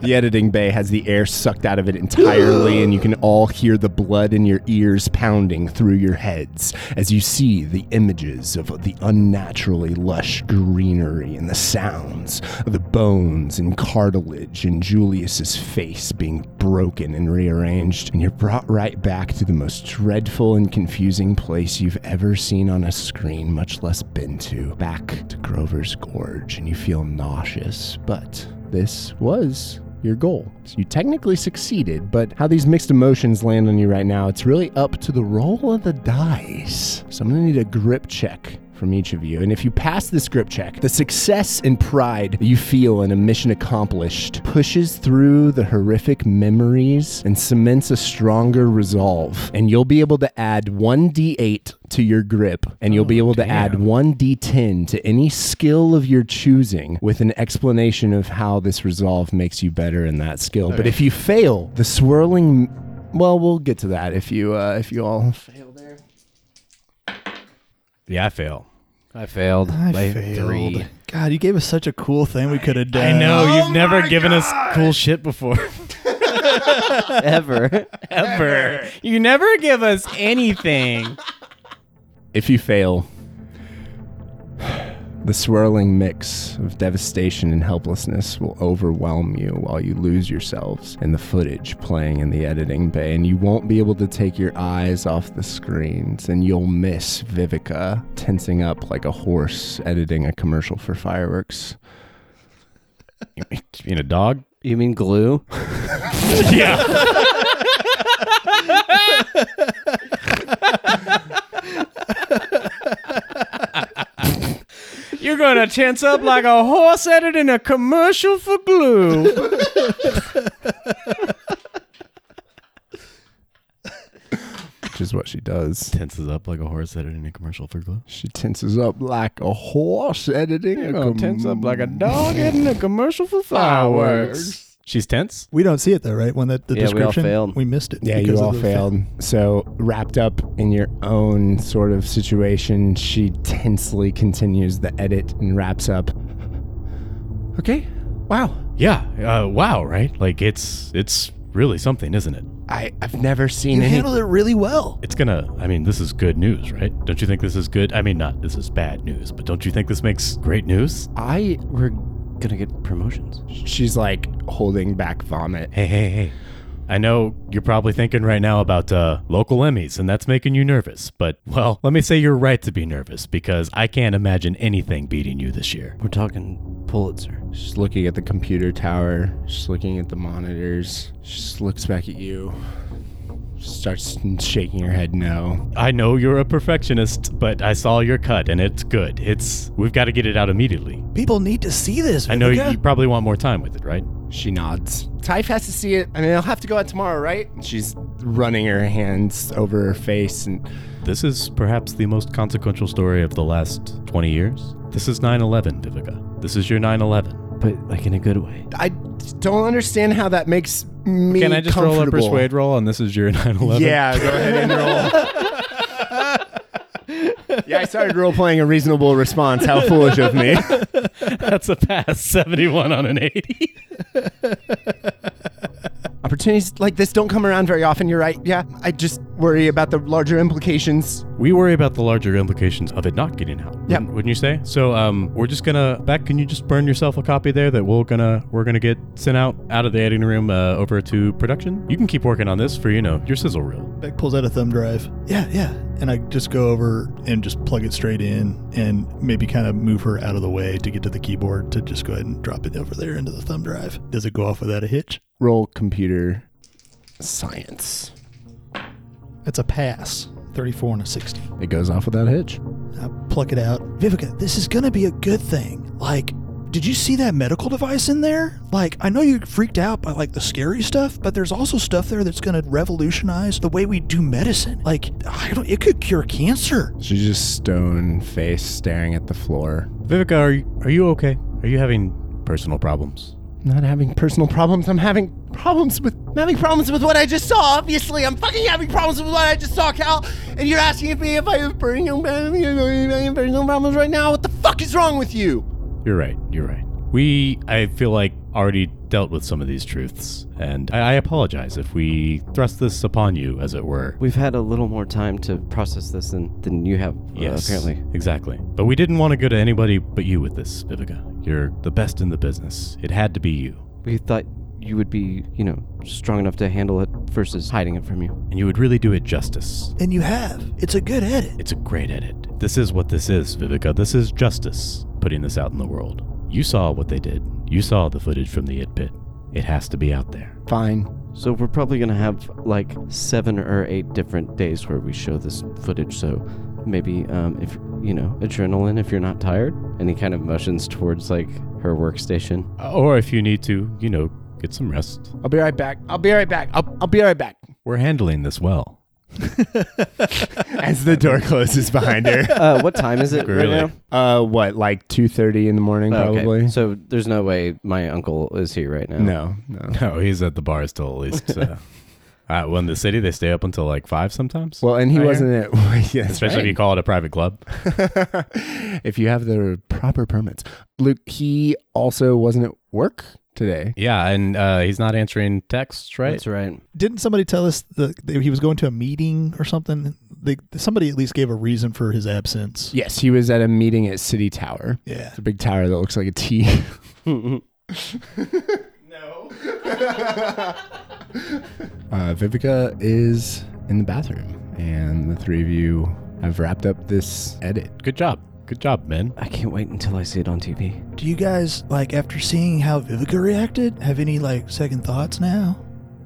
Speaker 3: the editing bay has the air sucked out of it entirely, and you can all hear the blood in your ears pounding through your heads as you see the images of the unnaturally lush greenery and the sounds of the bones and cartilage in Julius's face being broken and rearranged, and you're brought right back to the most dreadful and confusing place you've ever seen on a screen, much less been to, back to Grover's Gorge, and you feel nauseous, but this was your goal. So you technically succeeded, but how these mixed emotions land on you right now, it's really up to the roll of the dice. So I'm gonna need a grip check from each of you. And if you pass this grip check, the success and pride that you feel in a mission accomplished pushes through the horrific memories and cements a stronger resolve. And you'll be able to add 1d8 to your grip, and you'll be able to add 1d10 to any skill of your choosing with an explanation of how this resolve makes you better in that skill. But if you fail, the swirling well, we'll get to that if you uh, if you all fail there.
Speaker 5: yeah, I fail.
Speaker 2: I failed.
Speaker 4: I
Speaker 2: by
Speaker 4: failed.
Speaker 2: Three.
Speaker 4: God, you gave us such a cool thing we could have done.
Speaker 5: I know
Speaker 3: Oh
Speaker 5: you've never given us cool shit before,
Speaker 2: [laughs] Ever.
Speaker 3: [laughs]
Speaker 5: ever. You never give us anything.
Speaker 3: If you fail, the swirling mix of devastation and helplessness will overwhelm you while you lose yourselves in the footage playing in the editing bay, and you won't be able to take your eyes off the screens, and you'll miss Vivica tensing up like a horse editing a commercial for fireworks.
Speaker 5: [laughs] You mean a dog?
Speaker 2: You mean glue?
Speaker 5: Yeah. You're gonna tense up like a horse editing a commercial for glue.
Speaker 3: Which is is what she does.
Speaker 5: Tenses up like a horse editing a commercial for Glow.
Speaker 3: She tenses up like a horse editing. a
Speaker 5: Oh,
Speaker 3: com-
Speaker 2: dog in a commercial for
Speaker 3: fireworks.
Speaker 5: She's tense.
Speaker 4: We don't see it though, right? When that the
Speaker 2: Yeah, we all
Speaker 4: description,
Speaker 2: failed.
Speaker 4: we missed it.
Speaker 3: Yeah, you
Speaker 4: because of
Speaker 3: all
Speaker 4: the-
Speaker 3: failed. So, wrapped up in your own sort of situation, she tensely continues the edit and wraps up. Okay. Wow.
Speaker 5: Yeah. Uh, wow. Right. Like it's it's really something, isn't it?
Speaker 3: I, I've never seen
Speaker 4: You
Speaker 3: any.
Speaker 4: handled it really well.
Speaker 5: It's gonna. I mean, this is good news, right? Don't you think this is good? I mean, not this is bad news, but don't you think this makes great news?
Speaker 3: I.
Speaker 2: We're gonna get promotions.
Speaker 3: She's like holding back vomit.
Speaker 5: Hey, hey, hey. I know you're probably thinking right now about uh, local Emmys, and that's making you nervous. But, well, let me say you're right to be nervous because I can't imagine anything beating you this year.
Speaker 2: We're talking Pulitzer.
Speaker 3: She's looking at the computer tower. She's looking at the monitors. She just looks back at you. Starts shaking her head no.
Speaker 5: I know you're a perfectionist, but I saw your cut, and it's good. It's. We've got to get it out immediately.
Speaker 4: People need to see this.
Speaker 5: I know
Speaker 4: Vivica.
Speaker 5: you probably want more time with it, right?
Speaker 3: She nods. Typh has to see it, and it'll have to go out tomorrow, right? She's running her hands over her face, and
Speaker 5: This is perhaps the most consequential story of the last 20 years. This is 9 11, Vivica. This is your 9 11.
Speaker 2: But like in a good way.
Speaker 3: I don't understand how that makes me.
Speaker 5: Can I just roll a
Speaker 3: comfortable.
Speaker 5: persuade roll, and this is your [laughs] 9 11?
Speaker 3: Yeah, go ahead and roll. [laughs] yeah, I started role playing a reasonable response. How foolish of me.
Speaker 5: That's a pass [laughs] 71 on an 80.
Speaker 3: [laughs] Opportunities like this don't come around very often, you're right. Yeah, I just worry about the larger implications.
Speaker 5: We worry about the larger implications of it not getting out.
Speaker 3: Yeah.
Speaker 5: wouldn't- wouldn't you say? So, um, we're just gonna. Beck, can you just burn yourself a copy there that we're gonna we're gonna get sent out out of the editing room uh, over to production. You can keep working on this for you know your sizzle reel.
Speaker 4: Beck pulls out a thumb drive. Yeah, yeah. And I just go over and just plug it straight in and maybe kind of move her out of the way to get to the keyboard to just go ahead and drop it over there into the thumb drive. Does it go off without a hitch?
Speaker 3: Roll computer science.
Speaker 4: That's a pass. 34 and a 60.
Speaker 3: It goes off without a hitch.
Speaker 4: I pluck it out. Vivica, this is going to be a good thing. Like, did you see that medical device in there? Like, I know you freaked out by like the scary stuff, but there's also stuff there that's going to revolutionize the way we do medicine. Like, I don't it could cure cancer.
Speaker 3: She's just stone faced staring at the floor.
Speaker 5: Vivica, are you, are you okay? Are you having personal problems?
Speaker 3: Not having personal problems. I'm having problems with I'm having problems with what I just saw. Obviously, I'm fucking having problems with what I just saw, Cal. And you're asking me if I have personal personal problems right now. What the fuck is wrong with you?
Speaker 5: You're right. You're right. We, I feel like, already dealt with some of these truths, and I, I apologize if we thrust this upon you, as it were.
Speaker 2: We've had a little more time to process this than than you have. uh,
Speaker 5: Yes,
Speaker 2: apparently.
Speaker 5: Exactly. But we didn't want to go to anybody but you with this, Vivica. You're the best in the business. It had to be you.
Speaker 2: We thought you would be, you know, strong enough to handle it versus hiding it from you.
Speaker 5: And you would really do it justice.
Speaker 4: And you have. It's a good edit.
Speaker 5: It's a great edit. This is what this is, Vivica. This is justice, putting this out in the world. You saw what they did. You saw the footage from the It Pit. It has to be out there.
Speaker 3: Fine.
Speaker 2: So we're probably gonna have like seven or eight different days where we show this footage. So maybe um, if you know adrenaline, if you're not tired, and he kind of motions towards like her workstation.
Speaker 5: Uh, Or if you need to, you know, get some rest.
Speaker 3: I'll be right back. I'll be right back. I'll, I'll be right back.
Speaker 5: We're handling this well.
Speaker 3: [laughs] As the door closes
Speaker 5: [laughs]
Speaker 3: behind her.
Speaker 2: Uh, what time is it right
Speaker 5: Really?
Speaker 2: now?
Speaker 3: Uh, what? Like two thirty in the morning,
Speaker 2: Oh, okay.
Speaker 3: probably.
Speaker 2: So there's no way my uncle is here right now.
Speaker 3: No, no.
Speaker 5: No, Oh, he's at the bar still, at least. Uh, [laughs] uh, well, in the city, they stay up until like five sometimes.
Speaker 3: Well, and he
Speaker 5: Right
Speaker 3: wasn't at. [laughs] yes,
Speaker 5: Especially if you call it a private club.
Speaker 3: if you have the proper permits. Luke, he also wasn't at work today.
Speaker 5: Yeah, and uh, he's not answering texts, right?
Speaker 2: That's right.
Speaker 4: Didn't somebody tell us that he was going to a meeting or something? They, somebody at least gave a reason for his absence.
Speaker 3: Yes, he was at a meeting at City Tower.
Speaker 4: Yeah.
Speaker 3: It's a big tower that looks like a T.
Speaker 2: Mhm.
Speaker 3: [laughs] Uh, Vivica is in the bathroom, and the three of you have wrapped up this edit.
Speaker 5: Good job. Good job, men.
Speaker 2: I can't wait until I see it on TV.
Speaker 4: Do you guys like after seeing how Vivica reacted, have any like second thoughts now?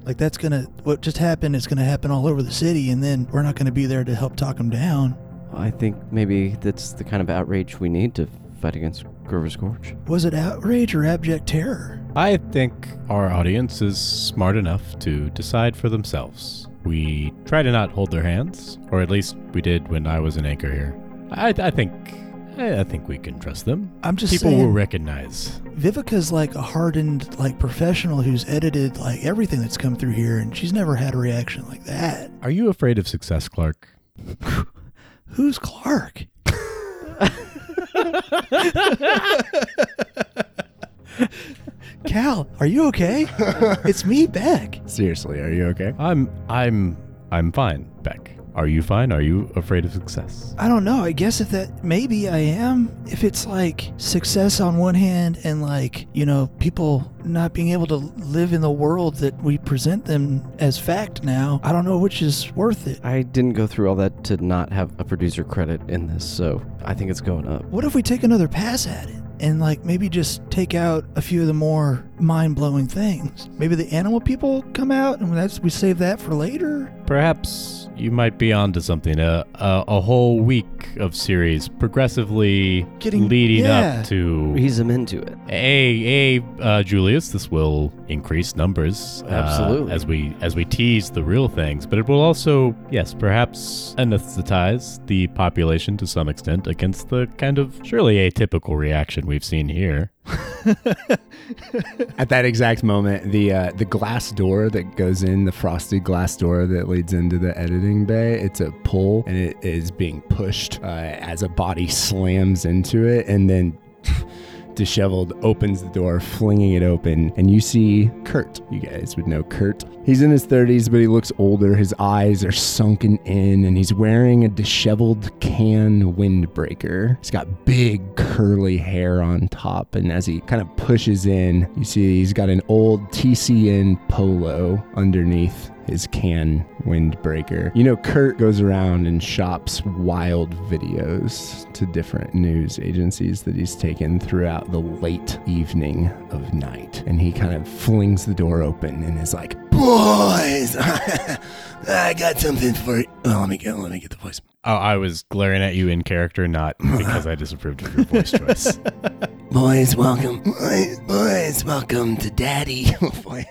Speaker 4: Like that's gonna what just happened is gonna happen all over the city, and then we're not gonna be there to help talk them down.
Speaker 2: I think maybe that's the kind of outrage we need to fight against Grover's Gorge.
Speaker 4: Was it outrage or abject terror?
Speaker 5: I think our audience is smart enough to decide for themselves. We Try to not hold their hands, or at least we did when I was an anchor here. I, I think, I I think we can trust them.
Speaker 4: I'm just
Speaker 5: People
Speaker 4: saying,
Speaker 5: will recognize.
Speaker 4: Vivica's like a hardened like professional who's edited like everything that's come through here, and she's never had a reaction like that.
Speaker 5: Are you afraid of success, Clark?
Speaker 4: Who's Clark? Cal, are you okay? It's me, Beck.
Speaker 3: Seriously, are you okay?
Speaker 5: I'm, I'm, I'm fine, Beck. Are you fine? Are you afraid of success?
Speaker 4: I don't know. I guess if that maybe I am. If it's like success on one hand and like, you know, people not being able to live in the world that we present them as fact now, I don't know which is worth it.
Speaker 2: I didn't go through all that to not have a producer credit in this, so I think it's going up.
Speaker 4: What if we take another pass at it? And like maybe just take out a few of the more mind blowing things. Maybe the animal people come out and that's we save that for later.
Speaker 5: Perhaps you might be onto something. A, a, a whole week of series, progressively
Speaker 4: Getting-
Speaker 5: leading
Speaker 4: yeah.
Speaker 5: up to.
Speaker 2: He's him into it.
Speaker 5: Hey, hey, uh, Julius, this will increase numbers uh,
Speaker 2: Absolutely.
Speaker 5: as we as we tease the real things, but it will also, yes, perhaps anesthetize the population to some extent against the kind of surely atypical reaction we've seen here.
Speaker 3: At that exact moment, the uh, the glass door that goes in, the frosted glass door that leads into the editing bay, it's a pull and it is being pushed uh, as a body slams into it and then disheveled opens the door flinging it open and you see kurt you guys would know kurt he's in his 30s but he looks older his eyes are sunken in and he's wearing a disheveled can windbreaker he's got big curly hair on top and as he kind of pushes in you see he's got an old tcn polo underneath his can windbreaker. You know, Kurt goes around and shops wild videos to different news agencies that he's taken throughout the late evening of night. And he kind of flings the door open and is like, Boys, [laughs] I got something for you. Oh, let me get, let me get the voice.
Speaker 5: Oh, I was glaring at you in character, not because I disapproved of your [laughs] voice choice.
Speaker 3: Boys, welcome. Boys, boys welcome to Daddy. [laughs] Oh, Boy-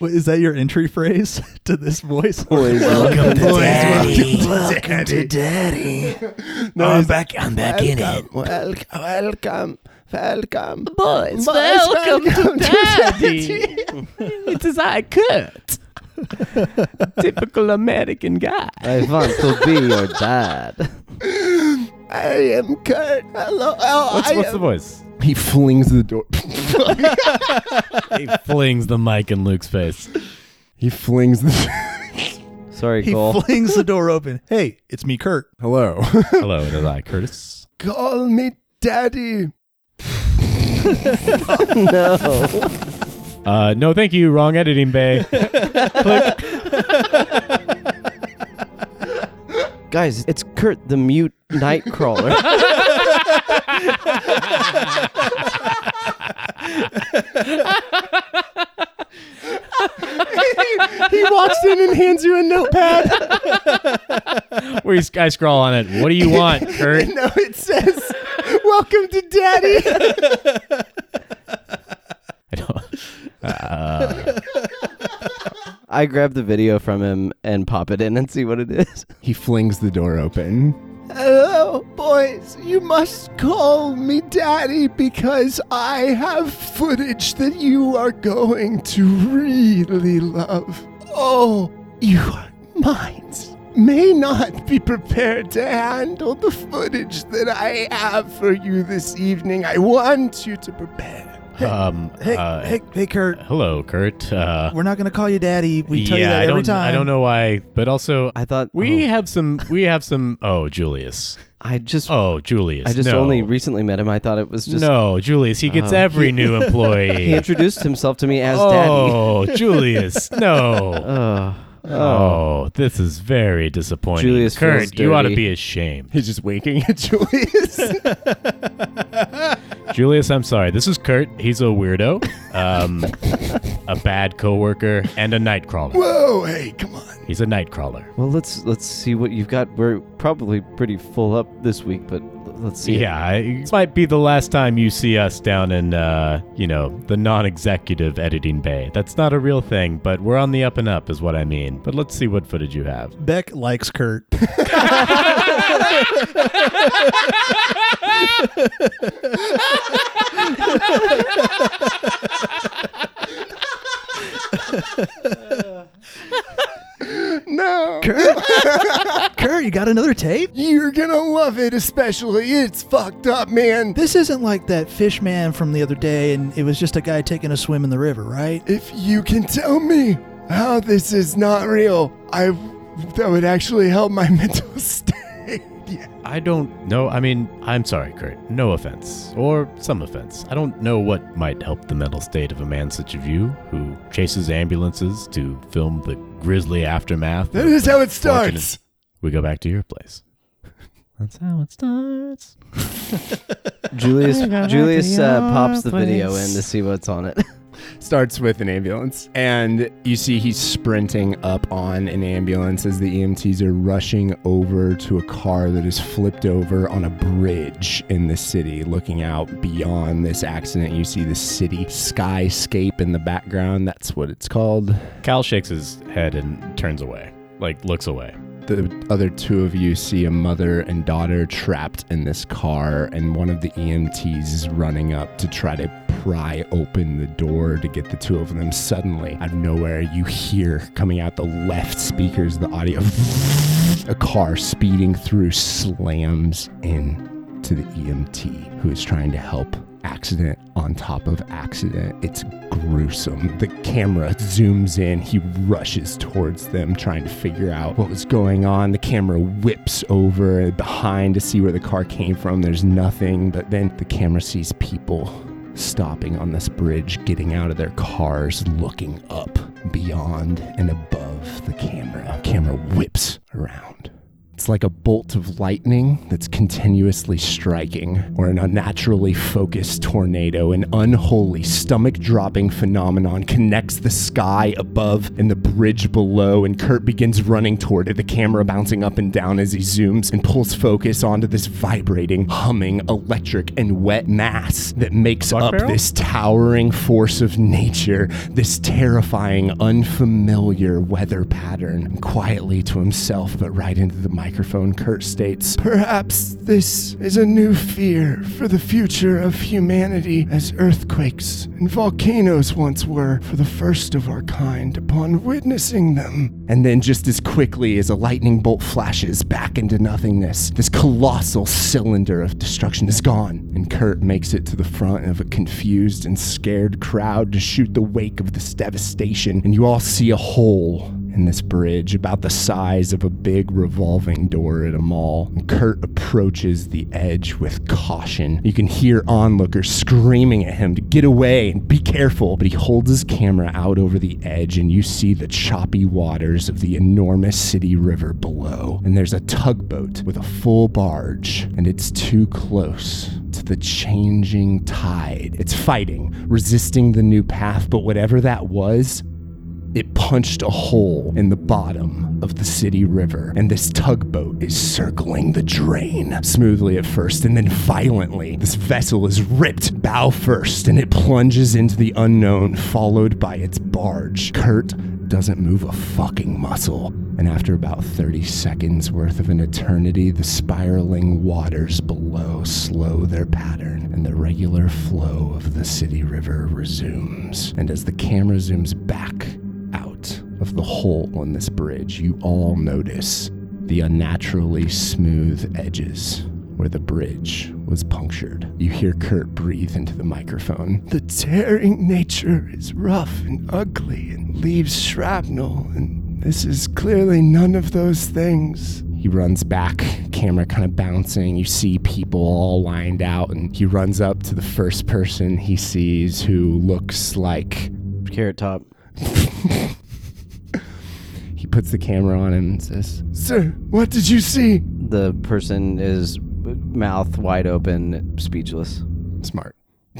Speaker 4: Wait, is that your entry phrase [laughs] to this voice?
Speaker 3: welcome to Daddy.
Speaker 4: Welcome to Daddy.
Speaker 3: No,
Speaker 4: I'm
Speaker 3: he's-
Speaker 4: back. I'm back in it.
Speaker 3: Welcome, welcome, welcome.
Speaker 6: Boys, welcome, to daddy. it is I, Kurt. Typical American guy.
Speaker 2: I want to be your dad.
Speaker 3: I am Kurt. Hello. Oh,
Speaker 5: What's,
Speaker 3: I
Speaker 5: what's
Speaker 3: am-
Speaker 5: the voice?
Speaker 3: He flings the door. [laughs]
Speaker 5: He flings the mic in Luke's face.
Speaker 3: he flings the.
Speaker 2: Sorry,
Speaker 4: He
Speaker 2: Cole.
Speaker 4: flings the door open. Hey, it's me, Kurt.
Speaker 3: Hello.
Speaker 5: Hello, it is I, Curtis.
Speaker 3: Call me daddy.
Speaker 4: [laughs]
Speaker 2: no.
Speaker 5: Uh, no, thank you. Wrong editing bay.
Speaker 2: Guys, it's Kurt the mute [laughs] nightcrawler.
Speaker 3: He walks in and hands you a [laughs] notepad.
Speaker 5: Where you, I scroll on it. What do you want, Kurt?
Speaker 3: No, it says, "Welcome to daddy."
Speaker 5: I don't-
Speaker 2: I grab the video from him and pop it in and see what it is.
Speaker 3: He flings the door open. Hello, boys. You must call me daddy because I have footage that you are [laughs] going to really love. Oh, your minds may not be prepared to handle the footage that I have for you this evening. I want you to prepare.
Speaker 5: um,
Speaker 4: Hey,
Speaker 5: uh,
Speaker 4: hey, hey, Kurt.
Speaker 5: Hello, Kurt. Uh,
Speaker 4: We're not gonna call you Daddy. We tell
Speaker 5: yeah,
Speaker 4: you that
Speaker 5: I
Speaker 4: every
Speaker 5: don't,
Speaker 4: time.
Speaker 5: I don't know why, but also
Speaker 2: I thought
Speaker 5: we
Speaker 2: oh,
Speaker 5: have some. We have some. Oh, Julius.
Speaker 2: I just
Speaker 5: Oh, Julius.
Speaker 2: I just
Speaker 5: no.
Speaker 2: only recently met him. I thought it was just
Speaker 5: no, Julius. He gets
Speaker 2: Oh. [laughs]
Speaker 5: every new
Speaker 2: he
Speaker 5: employee.
Speaker 2: introduced himself to me as daddy.
Speaker 5: oh, [laughs] Julius. No.
Speaker 2: [laughs] Oh.
Speaker 5: Oh, this is very disappointing.
Speaker 2: Julius feels
Speaker 5: Kurt, you ought to
Speaker 2: dirty.
Speaker 5: be ashamed.
Speaker 3: He's just winking at [laughs] Julius.
Speaker 5: Julius, I'm sorry. This is Kurt. He's
Speaker 2: [laughs]
Speaker 5: a weirdo, um, a bad coworker, and a nightcrawler.
Speaker 3: Whoa, hey, come on.
Speaker 5: He's a nightcrawler.
Speaker 2: Well, let's let's see what you've got. We're probably pretty full up this week, but let's see. it.
Speaker 5: Yeah, I- this might be the last time you see us down in, uh, you know, the non-executive editing bay. That's not a real thing, but we're on the up and up, is what I mean. But let's see what footage you have.
Speaker 4: Beck likes Kurt.
Speaker 3: No.
Speaker 4: [laughs] Kurt, you got another tape?
Speaker 3: You're gonna love it, especially. It's fucked up, man.
Speaker 4: This isn't like that fish man from the other day, and it was just a guy taking a swim in the river, right?
Speaker 3: If you can tell me how this is not real, I that would actually help my [laughs] mental state. Yeah.
Speaker 5: I don't know. I mean, I'm sorry, Kurt. No offense, or some offense. I don't know what might help the mental state of a man such as you, who chases ambulances to film the grisly aftermath.
Speaker 3: That
Speaker 5: of
Speaker 3: is how it
Speaker 5: unfortunate-
Speaker 3: starts.
Speaker 5: We go back to your place. That's how it starts.
Speaker 2: Julius
Speaker 5: back
Speaker 2: Julius
Speaker 5: to
Speaker 2: uh,
Speaker 5: your
Speaker 2: pops the video in
Speaker 5: place.
Speaker 2: to see what's on it. [laughs]
Speaker 3: starts with an ambulance. And you see he's sprinting up on an ambulance as the EMTs are rushing over to a car that is flipped over on a bridge in the city. Looking out beyond this accident, you see the city skyscape in the background. That's what it's called.
Speaker 5: Cal shakes his head and turns away, like looks away.
Speaker 3: The other two of you see a mother and daughter trapped in this car, and one of the EMTs is running up to try to pry open the door to get the two of them. Suddenly, out of nowhere, you hear coming out the left speakers the audio. [laughs] A car speeding through slams in to the EMT who is trying to help accident on top of accident. It's gruesome. The camera zooms in. He rushes towards them, trying to figure out what was going on. The camera whips over behind to see where the car came from. There's nothing, but then the camera sees people stopping on this bridge, getting out of their cars, looking up beyond and above the camera. Camera whips around. It's like a bolt of lightning that's continuously striking, or an unnaturally focused tornado. An unholy, stomach dropping phenomenon connects the sky above and the bridge below, and Kurt begins running toward it, the camera bouncing up and down as he zooms and pulls focus onto this vibrating, humming, electric, and wet mass that makes
Speaker 5: Black
Speaker 3: up
Speaker 5: barrel?
Speaker 3: this this towering force of nature, this terrifying, unfamiliar weather pattern. And quietly to himself, but right into the microphone, Kurt states Perhaps this is a new fear for the future of humanity, as earthquakes and volcanoes once were for the first of our kind upon witnessing them. And then, just as quickly as a lightning bolt flashes back into nothingness, this colossal cylinder of destruction is gone. And Kurt makes it to the front of a confused and scared crowd to shoot the wake of this devastation. And you all see a hole in this bridge about the size of a big revolving door at a mall. And Kurt approaches the edge with caution. You can hear onlookers screaming at him to get away and be careful, but he holds his camera out over the edge and you see the choppy waters of the enormous city river below. And there's a tugboat with a full barge, and it's too close to the changing tide. It's fighting, resisting the new path, but whatever that was, it punched a hole in the bottom of the city river, and this tugboat is circling the drain. Smoothly at first, and then violently, this vessel is ripped bow first, and it plunges into the unknown, followed by its barge. Kurt doesn't move a fucking muscle. And after about 30 seconds worth of an eternity, the spiraling waters below slow their pattern, and the regular flow of the city river resumes. And as the camera zooms back, out of the hole on this bridge, you all notice the unnaturally smooth edges where the bridge was punctured. You hear Kurt breathe into the microphone. The tearing nature is rough and ugly and leaves shrapnel, and this is clearly none of those things. He runs back, camera kind of bouncing. You see people all lined out, and he runs up to the first person he sees who looks like
Speaker 2: Carrot top.
Speaker 3: He puts the camera on him and says, Sir, what did you see?
Speaker 2: The person is mouth wide open, speechless.
Speaker 3: Smart. [laughs]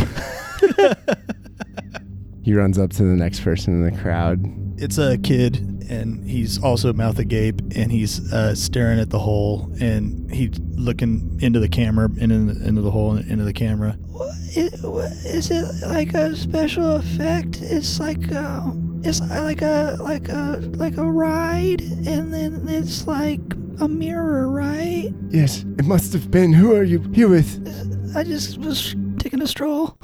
Speaker 3: he runs up to the next person in the crowd.
Speaker 4: It's a kid, and he's also mouth agape, and he's uh, staring at the hole, and he's looking into the camera, and in into the hole, and into the camera.
Speaker 7: Is it like a special effect? It's like a, it's like a like a like a ride, and then it's like a mirror, right?
Speaker 3: Yes, it must have been. Who are you here with?
Speaker 7: I just was taking a stroll.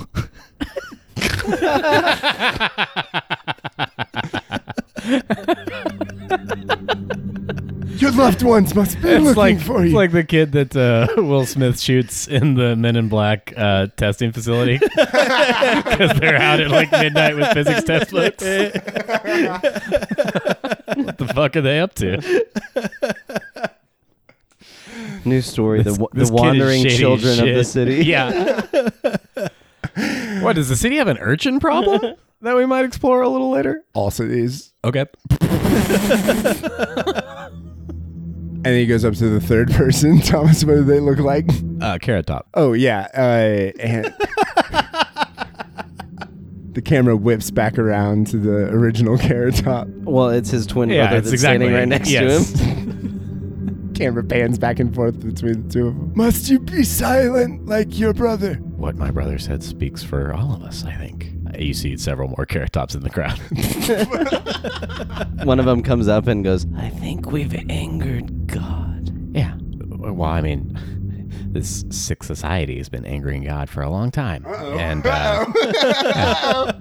Speaker 3: Your loved ones must have been
Speaker 5: It's
Speaker 3: looking
Speaker 5: like
Speaker 3: for
Speaker 5: it's
Speaker 3: you.
Speaker 5: like [laughs] the kid that uh, Will Smith shoots in the Men in Black uh, testing [laughs] facility because they're out at like midnight with physics [laughs] textbooks. what the fuck are they up to?
Speaker 2: New story:
Speaker 5: This-
Speaker 2: the wa-
Speaker 5: this
Speaker 2: the
Speaker 5: kid is
Speaker 2: wandering
Speaker 5: shady as
Speaker 2: children of the
Speaker 5: shit.
Speaker 2: city.
Speaker 5: [laughs] Yeah. what does the city have an urchin [laughs] problem that we might explore a little later?
Speaker 3: also is.
Speaker 5: Okay.
Speaker 3: And he goes up to the third [laughs] person. Thomas, what do they look like?
Speaker 5: Uh, Carrot Top.
Speaker 3: Oh yeah. Uh, and [laughs] the camera whips back around to the original [laughs] carrot top.
Speaker 2: [laughs] Well, it's his twin
Speaker 5: Yeah,
Speaker 2: brother
Speaker 5: it's
Speaker 2: that's
Speaker 5: exactly
Speaker 2: standing right next
Speaker 5: yes. [laughs]
Speaker 2: to him.
Speaker 3: Camera pans back and forth between the two of them. Must you be silent like your brother?
Speaker 5: What my brother said speaks for all of us. I think Uh, you see several more Carrot Tops in the crowd.
Speaker 2: One of them comes up and goes,
Speaker 6: I think we've angered God.
Speaker 5: Yeah. Well, I mean, [laughs] this sick society has been angering God for a long time. And, uh,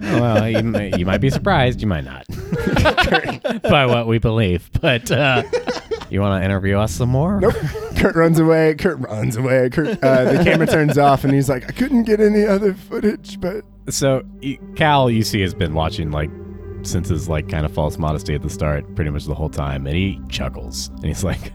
Speaker 5: [laughs] well, you, may, you might be surprised, you might not, [laughs] by what we believe. But uh, you want to interview us some more?
Speaker 3: Nope. [laughs] Kurt runs away. Kurt runs away. Kurt, uh, the camera turns off, and he's like, I couldn't get any other footage, but
Speaker 5: So, y- Cal, you see, has been watching, like, since his, like, kind of false modesty at the start, pretty much the whole time. And he chuckles. And he's [laughs] like,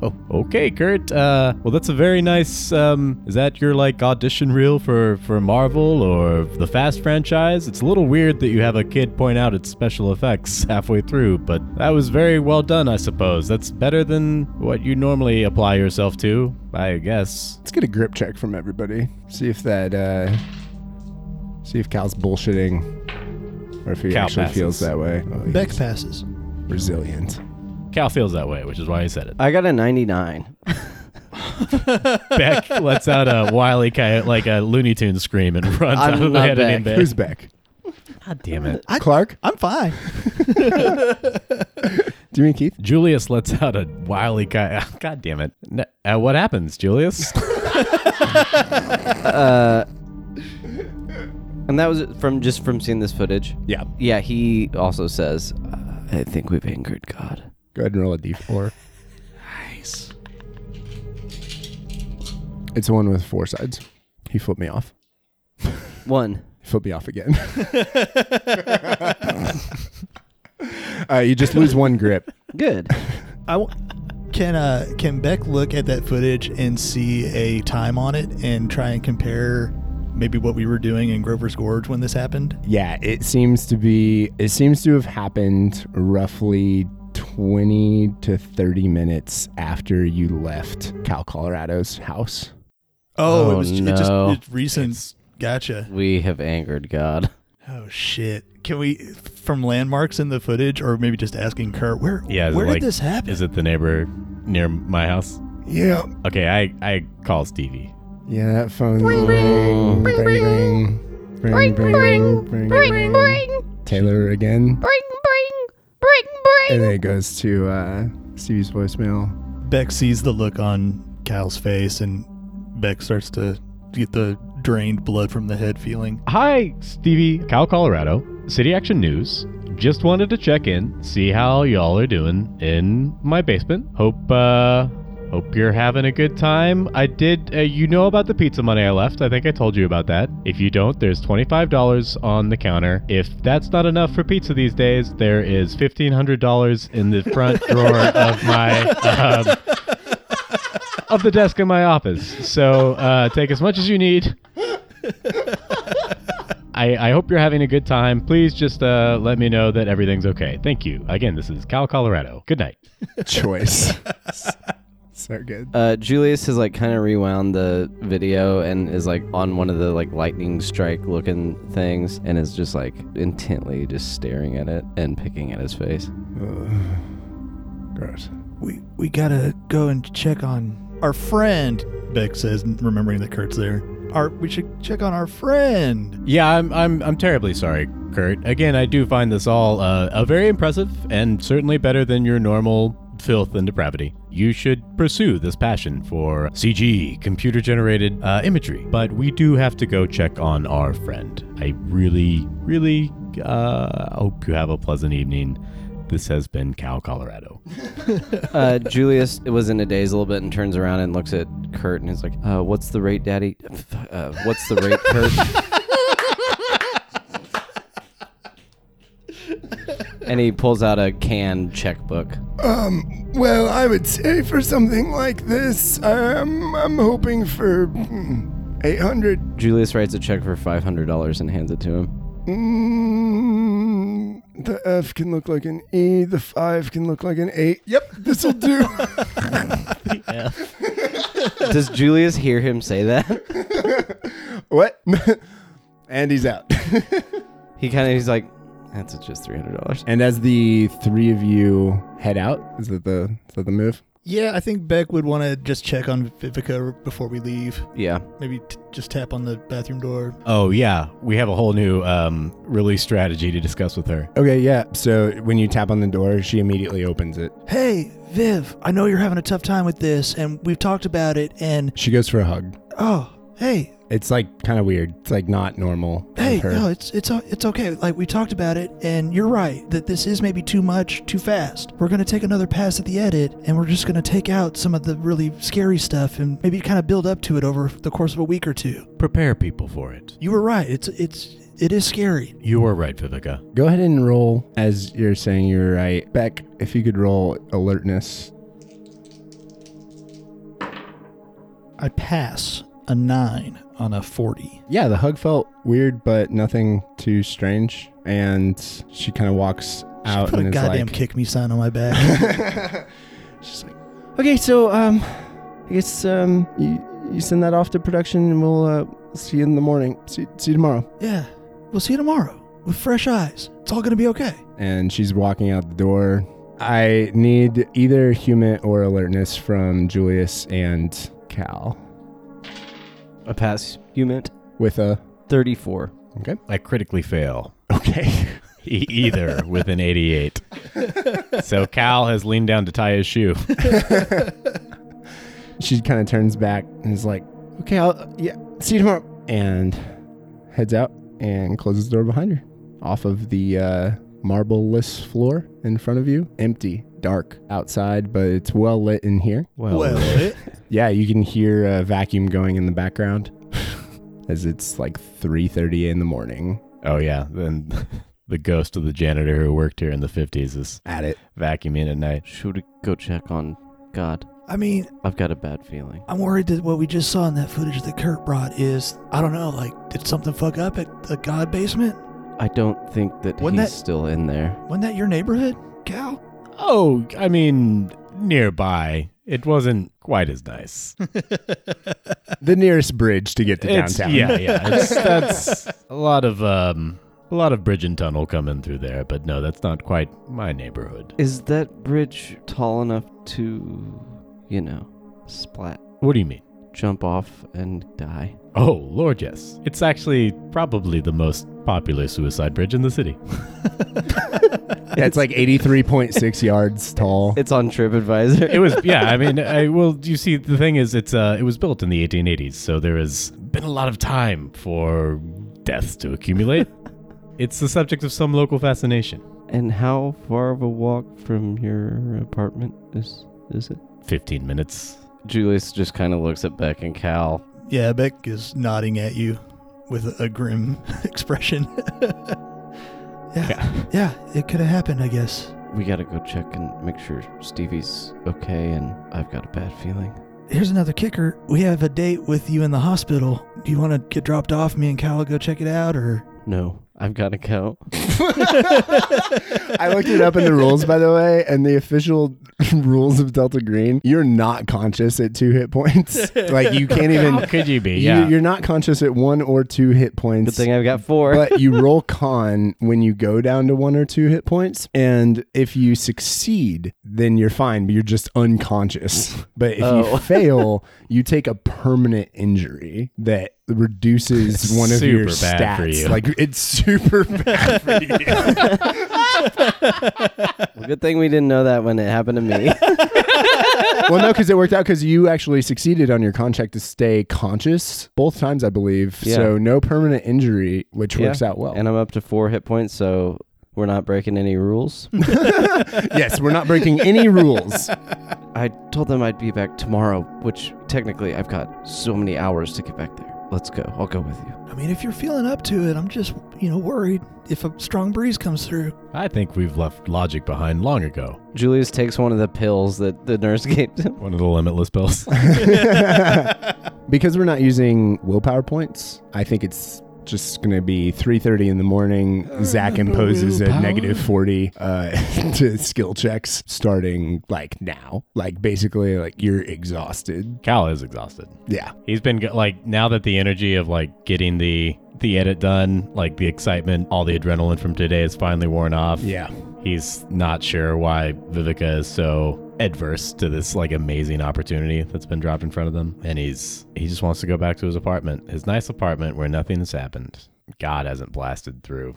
Speaker 5: Oh, okay, Kurt. Uh, well, that's a very nice. Um, is that your like audition reel for for Marvel or the Fast franchise? It's a little weird that you have a kid point out its special effects [laughs] halfway through, but that was very well done, I suppose. That's better than what you normally apply yourself to, I guess.
Speaker 3: let's get a grip check from everybody. See if that, uh, see if Cal's bullshitting, or if he
Speaker 5: Cal
Speaker 3: actually feels
Speaker 5: passes.
Speaker 3: that way. Oh, he's
Speaker 4: Beck passes.
Speaker 3: resilient.
Speaker 5: Cal feels that way, which is why he said it.
Speaker 2: I got a 99.
Speaker 5: Beck lets out a wily coyote, like a Looney Tune scream, and runs
Speaker 2: I'm
Speaker 5: out of the
Speaker 2: not
Speaker 5: head and in
Speaker 2: Beck.
Speaker 5: bed.
Speaker 3: Who's back?
Speaker 5: God damn it.
Speaker 3: Clark?
Speaker 4: I'm fine.
Speaker 3: Do you mean Keith?
Speaker 5: Julius lets out a wily guy. [laughs] God damn it. N- uh, what happens, Julius?
Speaker 2: And that was from just from seeing this footage.
Speaker 5: yeah.
Speaker 2: Yeah, he also says, uh, I think we've angered God.
Speaker 3: Go ahead and roll a d4.
Speaker 4: Nice.
Speaker 3: It's the one with four sides. He flipped me off.
Speaker 2: One.
Speaker 3: He flipped me off again. uh, you just lose one grip.
Speaker 5: [laughs]
Speaker 2: Good.
Speaker 4: I w- can uh can Beck look at that footage and see a time on it and try and compare maybe what we were doing in Grover's Gorge when this happened?
Speaker 3: Yeah, it seems to be. It seems to have happened roughly 20 to 30 minutes after you left Cal Colorado's house.
Speaker 4: Oh, it
Speaker 2: Oh,
Speaker 4: was it just
Speaker 2: no.
Speaker 4: it's recent. gotcha.
Speaker 2: we have angered God.
Speaker 4: Oh shit. Can we from landmarks in the footage or maybe just asking Kurt where
Speaker 5: Yeah. is it
Speaker 4: where
Speaker 5: like-
Speaker 4: did this happen?
Speaker 5: Is it the neighbor near my house?
Speaker 3: Yeah.
Speaker 5: Okay, I, I call Stevie.
Speaker 3: Yeah, that phone. Ring, ring, ring, ring, ring, ring, ring, ring, Taylor again. And then it goes to uh, Stevie's voicemail.
Speaker 4: Beck sees the look on Cal's face and Beck starts to get the drained blood from the head feeling.
Speaker 5: Hi, Stevie, Cal, Colorado, City Action News. Just wanted to check in, see how y'all are doing in my basement. Hope, uh, hope you're having a good time. I did, uh, you know about the pizza money I left. I think I told you about that. If you don't, there's $25 on the counter. If that's not enough for pizza these days, there is $1,500 in the front drawer of my, um, of the desk in my office. So, uh, take as much as you need. I, I hope you're having a good time. Please just uh, let me know that everything's okay. Thank you. Again, this is Cal, Colorado. Good night.
Speaker 3: Choice. so good.
Speaker 2: Uh, Julius has like kind of rewound the video and is like on one of the like lightning strike looking things and is just like intently just staring at it and picking at his face.
Speaker 3: Gross.
Speaker 4: We we gotta go and check on our friend. Beck says, remembering that Kurt's there. Our we should check on our friend.
Speaker 5: Yeah, I'm, I'm, I'm terribly sorry, Kurt. Again, I do find this all uh, uh, very impressive and certainly better than your normal filth and depravity. You should pursue this passion for CG, computer generated uh, imagery. But we do have to go check on our friend. I really, really uh, hope you have a pleasant evening. This has been Cal, Colorado.
Speaker 2: Uh, Julius was in a daze a little bit and turns around and looks at Kurt and is like, uh, "What's the rate, Daddy? [laughs] Uh, what's the rate, Kurt?" and he pulls out a canned checkbook.
Speaker 3: Well, Oh, I would say for something like this, um, I'm hoping for mm, 800.
Speaker 2: Julius writes a check for five hundred dollars and hands it to him.
Speaker 3: Mm, the F can look like an E. The 5 can look like an 8. Yep, this'll do.
Speaker 2: Does Julius hear him say that?
Speaker 3: what? [laughs] and he's out. [laughs]
Speaker 2: He kind of he's like, "That's just three hundred dollars."
Speaker 3: and as the three of you head out, is that the, is that the move?
Speaker 4: Yeah, I think Beck would want to just check on Vivica before we leave.
Speaker 2: Yeah.
Speaker 4: Maybe t- just tap on the bathroom door.
Speaker 5: Oh, yeah. We have a whole new um, release strategy to discuss with her.
Speaker 3: Okay, yeah. So when you tap on the door, she immediately opens it.
Speaker 4: Hey, Viv, I know you're having a tough time with this, and we've talked about it. And
Speaker 3: She goes for a hug.
Speaker 4: oh, hey,
Speaker 3: It's like kind of weird. It's like not normal. of
Speaker 4: hey,
Speaker 3: her.
Speaker 4: no, it's it's o- it's okay. Like we talked about it, and you're right that this is maybe too much, too fast. We're gonna take another pass at the edit, and we're just gonna take out some of the really scary stuff, and maybe kind of build up to it over the course of a week or two.
Speaker 5: Prepare people for it.
Speaker 4: You were right. It's it's it is scary.
Speaker 5: You are right, Vivica.
Speaker 3: Go ahead and roll as you're saying you're right. Beck, if you could roll alertness.
Speaker 4: I pass a nine on a forty.
Speaker 3: Yeah, the hug felt weird, but nothing too strange. And she kind of walks out
Speaker 4: She put
Speaker 3: and
Speaker 4: a
Speaker 3: is
Speaker 4: goddamn
Speaker 3: like,
Speaker 4: kick me sign on my back.
Speaker 3: [laughs] She's like, okay, so um, I guess um, you, you send that off to production, and we'll uh, see you in the morning. See, see you tomorrow.
Speaker 4: yeah, we'll see you tomorrow with fresh eyes. It's all gonna be okay.
Speaker 3: And she's walking out the door. I need either human or alertness from Julius and Cal
Speaker 2: A pass you meant?
Speaker 3: with a
Speaker 2: Thirty-four.
Speaker 5: I critically fail.
Speaker 3: okay.
Speaker 5: [laughs] E- either with an 88. so Cal has leaned down to tie his shoe.
Speaker 3: she kind of turns back and is like, "Okay, I'll yeah, see you tomorrow," and heads out and closes the door behind her. Off of the uh, marbleless floor in front of you, empty, dark outside, but it's well lit in here. [laughs] Yeah, you can hear a vacuum going in the background [laughs] as it's like 3:30 in the morning.
Speaker 5: Oh, yeah. Then [laughs] the ghost of the janitor who worked here in the 50s is
Speaker 3: At it,
Speaker 5: vacuuming at night.
Speaker 2: Should we go check on God?
Speaker 4: I mean,
Speaker 2: I've got a bad feeling.
Speaker 4: I'm worried that what we just saw in that footage that Kurt brought is, I don't know, like, did something fuck up at the God basement?
Speaker 2: I don't think that
Speaker 4: Wasn't
Speaker 2: he's
Speaker 4: that-
Speaker 2: still in there.
Speaker 4: Wasn't that your neighborhood, Cal?
Speaker 5: Oh, I mean, nearby. It wasn't quite as nice.
Speaker 3: the nearest bridge to get to
Speaker 5: It's-
Speaker 3: downtown. [laughs]
Speaker 5: Yeah, yeah. It's, that's a lot of um, a lot of bridge and tunnel coming through there, but no, that's not quite my neighborhood.
Speaker 2: Is that bridge tall enough to, you know, splat,
Speaker 5: What do you mean?
Speaker 2: jump off and die?
Speaker 5: Oh, Lord, yes. It's actually probably the most popular suicide bridge in the city.
Speaker 3: Yeah, it's like 83.6 [laughs] yards tall.
Speaker 2: It's on TripAdvisor.
Speaker 5: It was, yeah. I mean, I, well, you see, the thing is, it's uh, it was built in the 1880s, so there has been a lot of time for deaths to accumulate. it's the subject of some local fascination.
Speaker 2: [laughs] and how far of a walk from your apartment is is it?
Speaker 5: 15 minutes.
Speaker 2: Julius just kind of looks at Beck and Cal.
Speaker 4: Yeah, Beck is nodding at you with a grim [laughs] expression. yeah, yeah, it could have happened, I guess.
Speaker 2: We gotta go check and make sure Stevie's okay, and I've got a bad feeling.
Speaker 4: Here's another kicker. We have a date with you in the hospital. Do you want to get dropped off? Me and Cal will go check it out, or
Speaker 2: No, I've got to go.
Speaker 3: I looked it up in the rules, by the way, and the official [laughs] rules of Delta Green, you're not conscious at two
Speaker 5: [laughs]
Speaker 3: hit points. like you can't
Speaker 5: [laughs]
Speaker 3: even.
Speaker 5: How could you be?
Speaker 3: You, you're not conscious at one or two hit
Speaker 2: Good
Speaker 3: points.
Speaker 2: thing I've got four.
Speaker 3: but you roll con when you go down to one or two hit points. And if you succeed, then you're fine, but you're just unconscious. But if
Speaker 2: Oh.
Speaker 3: you fail, you take a permanent injury that reduces one of your
Speaker 5: Super bad
Speaker 3: stats.
Speaker 5: for you.
Speaker 3: Like it's super [laughs] bad for you.
Speaker 2: Well, [laughs] Good thing we didn't know that when it happened to me.
Speaker 3: well, no, because it worked out because you actually succeeded on your contract to stay conscious both times, I believe.
Speaker 2: Yeah.
Speaker 3: So no permanent injury, which works
Speaker 2: Yeah.
Speaker 3: out well. [laughs]
Speaker 2: And I'm up to four hit points, so we're not breaking any rules.
Speaker 3: yes, we're not breaking any rules.
Speaker 2: I told them I'd be back tomorrow, which technically I've got so many hours to get back there. Let's go. I'll go with you.
Speaker 4: I mean, if you're feeling up to it, I'm just, you know, worried if a strong breeze comes through.
Speaker 5: I think we've left logic behind long ago.
Speaker 2: Julius takes one of the pills that the nurse [laughs] gave him.
Speaker 5: One of the limitless pills.
Speaker 3: [laughs] because we're not using willpower points, I think it's just going to be 3.30 in the morning zach imposes a negative 40 uh, [laughs] to skill checks starting like now like basically like you're exhausted
Speaker 5: Cal is exhausted.
Speaker 3: yeah
Speaker 5: He's been go- like now that the energy of like getting the the edit done, like the excitement, all the adrenaline from today is finally worn off.
Speaker 3: yeah
Speaker 5: He's not sure why Vivica is so adverse to this like amazing opportunity that's been dropped in front of them, and he's he just wants to go back to his apartment, his nice apartment where nothing has happened. God hasn't blasted through,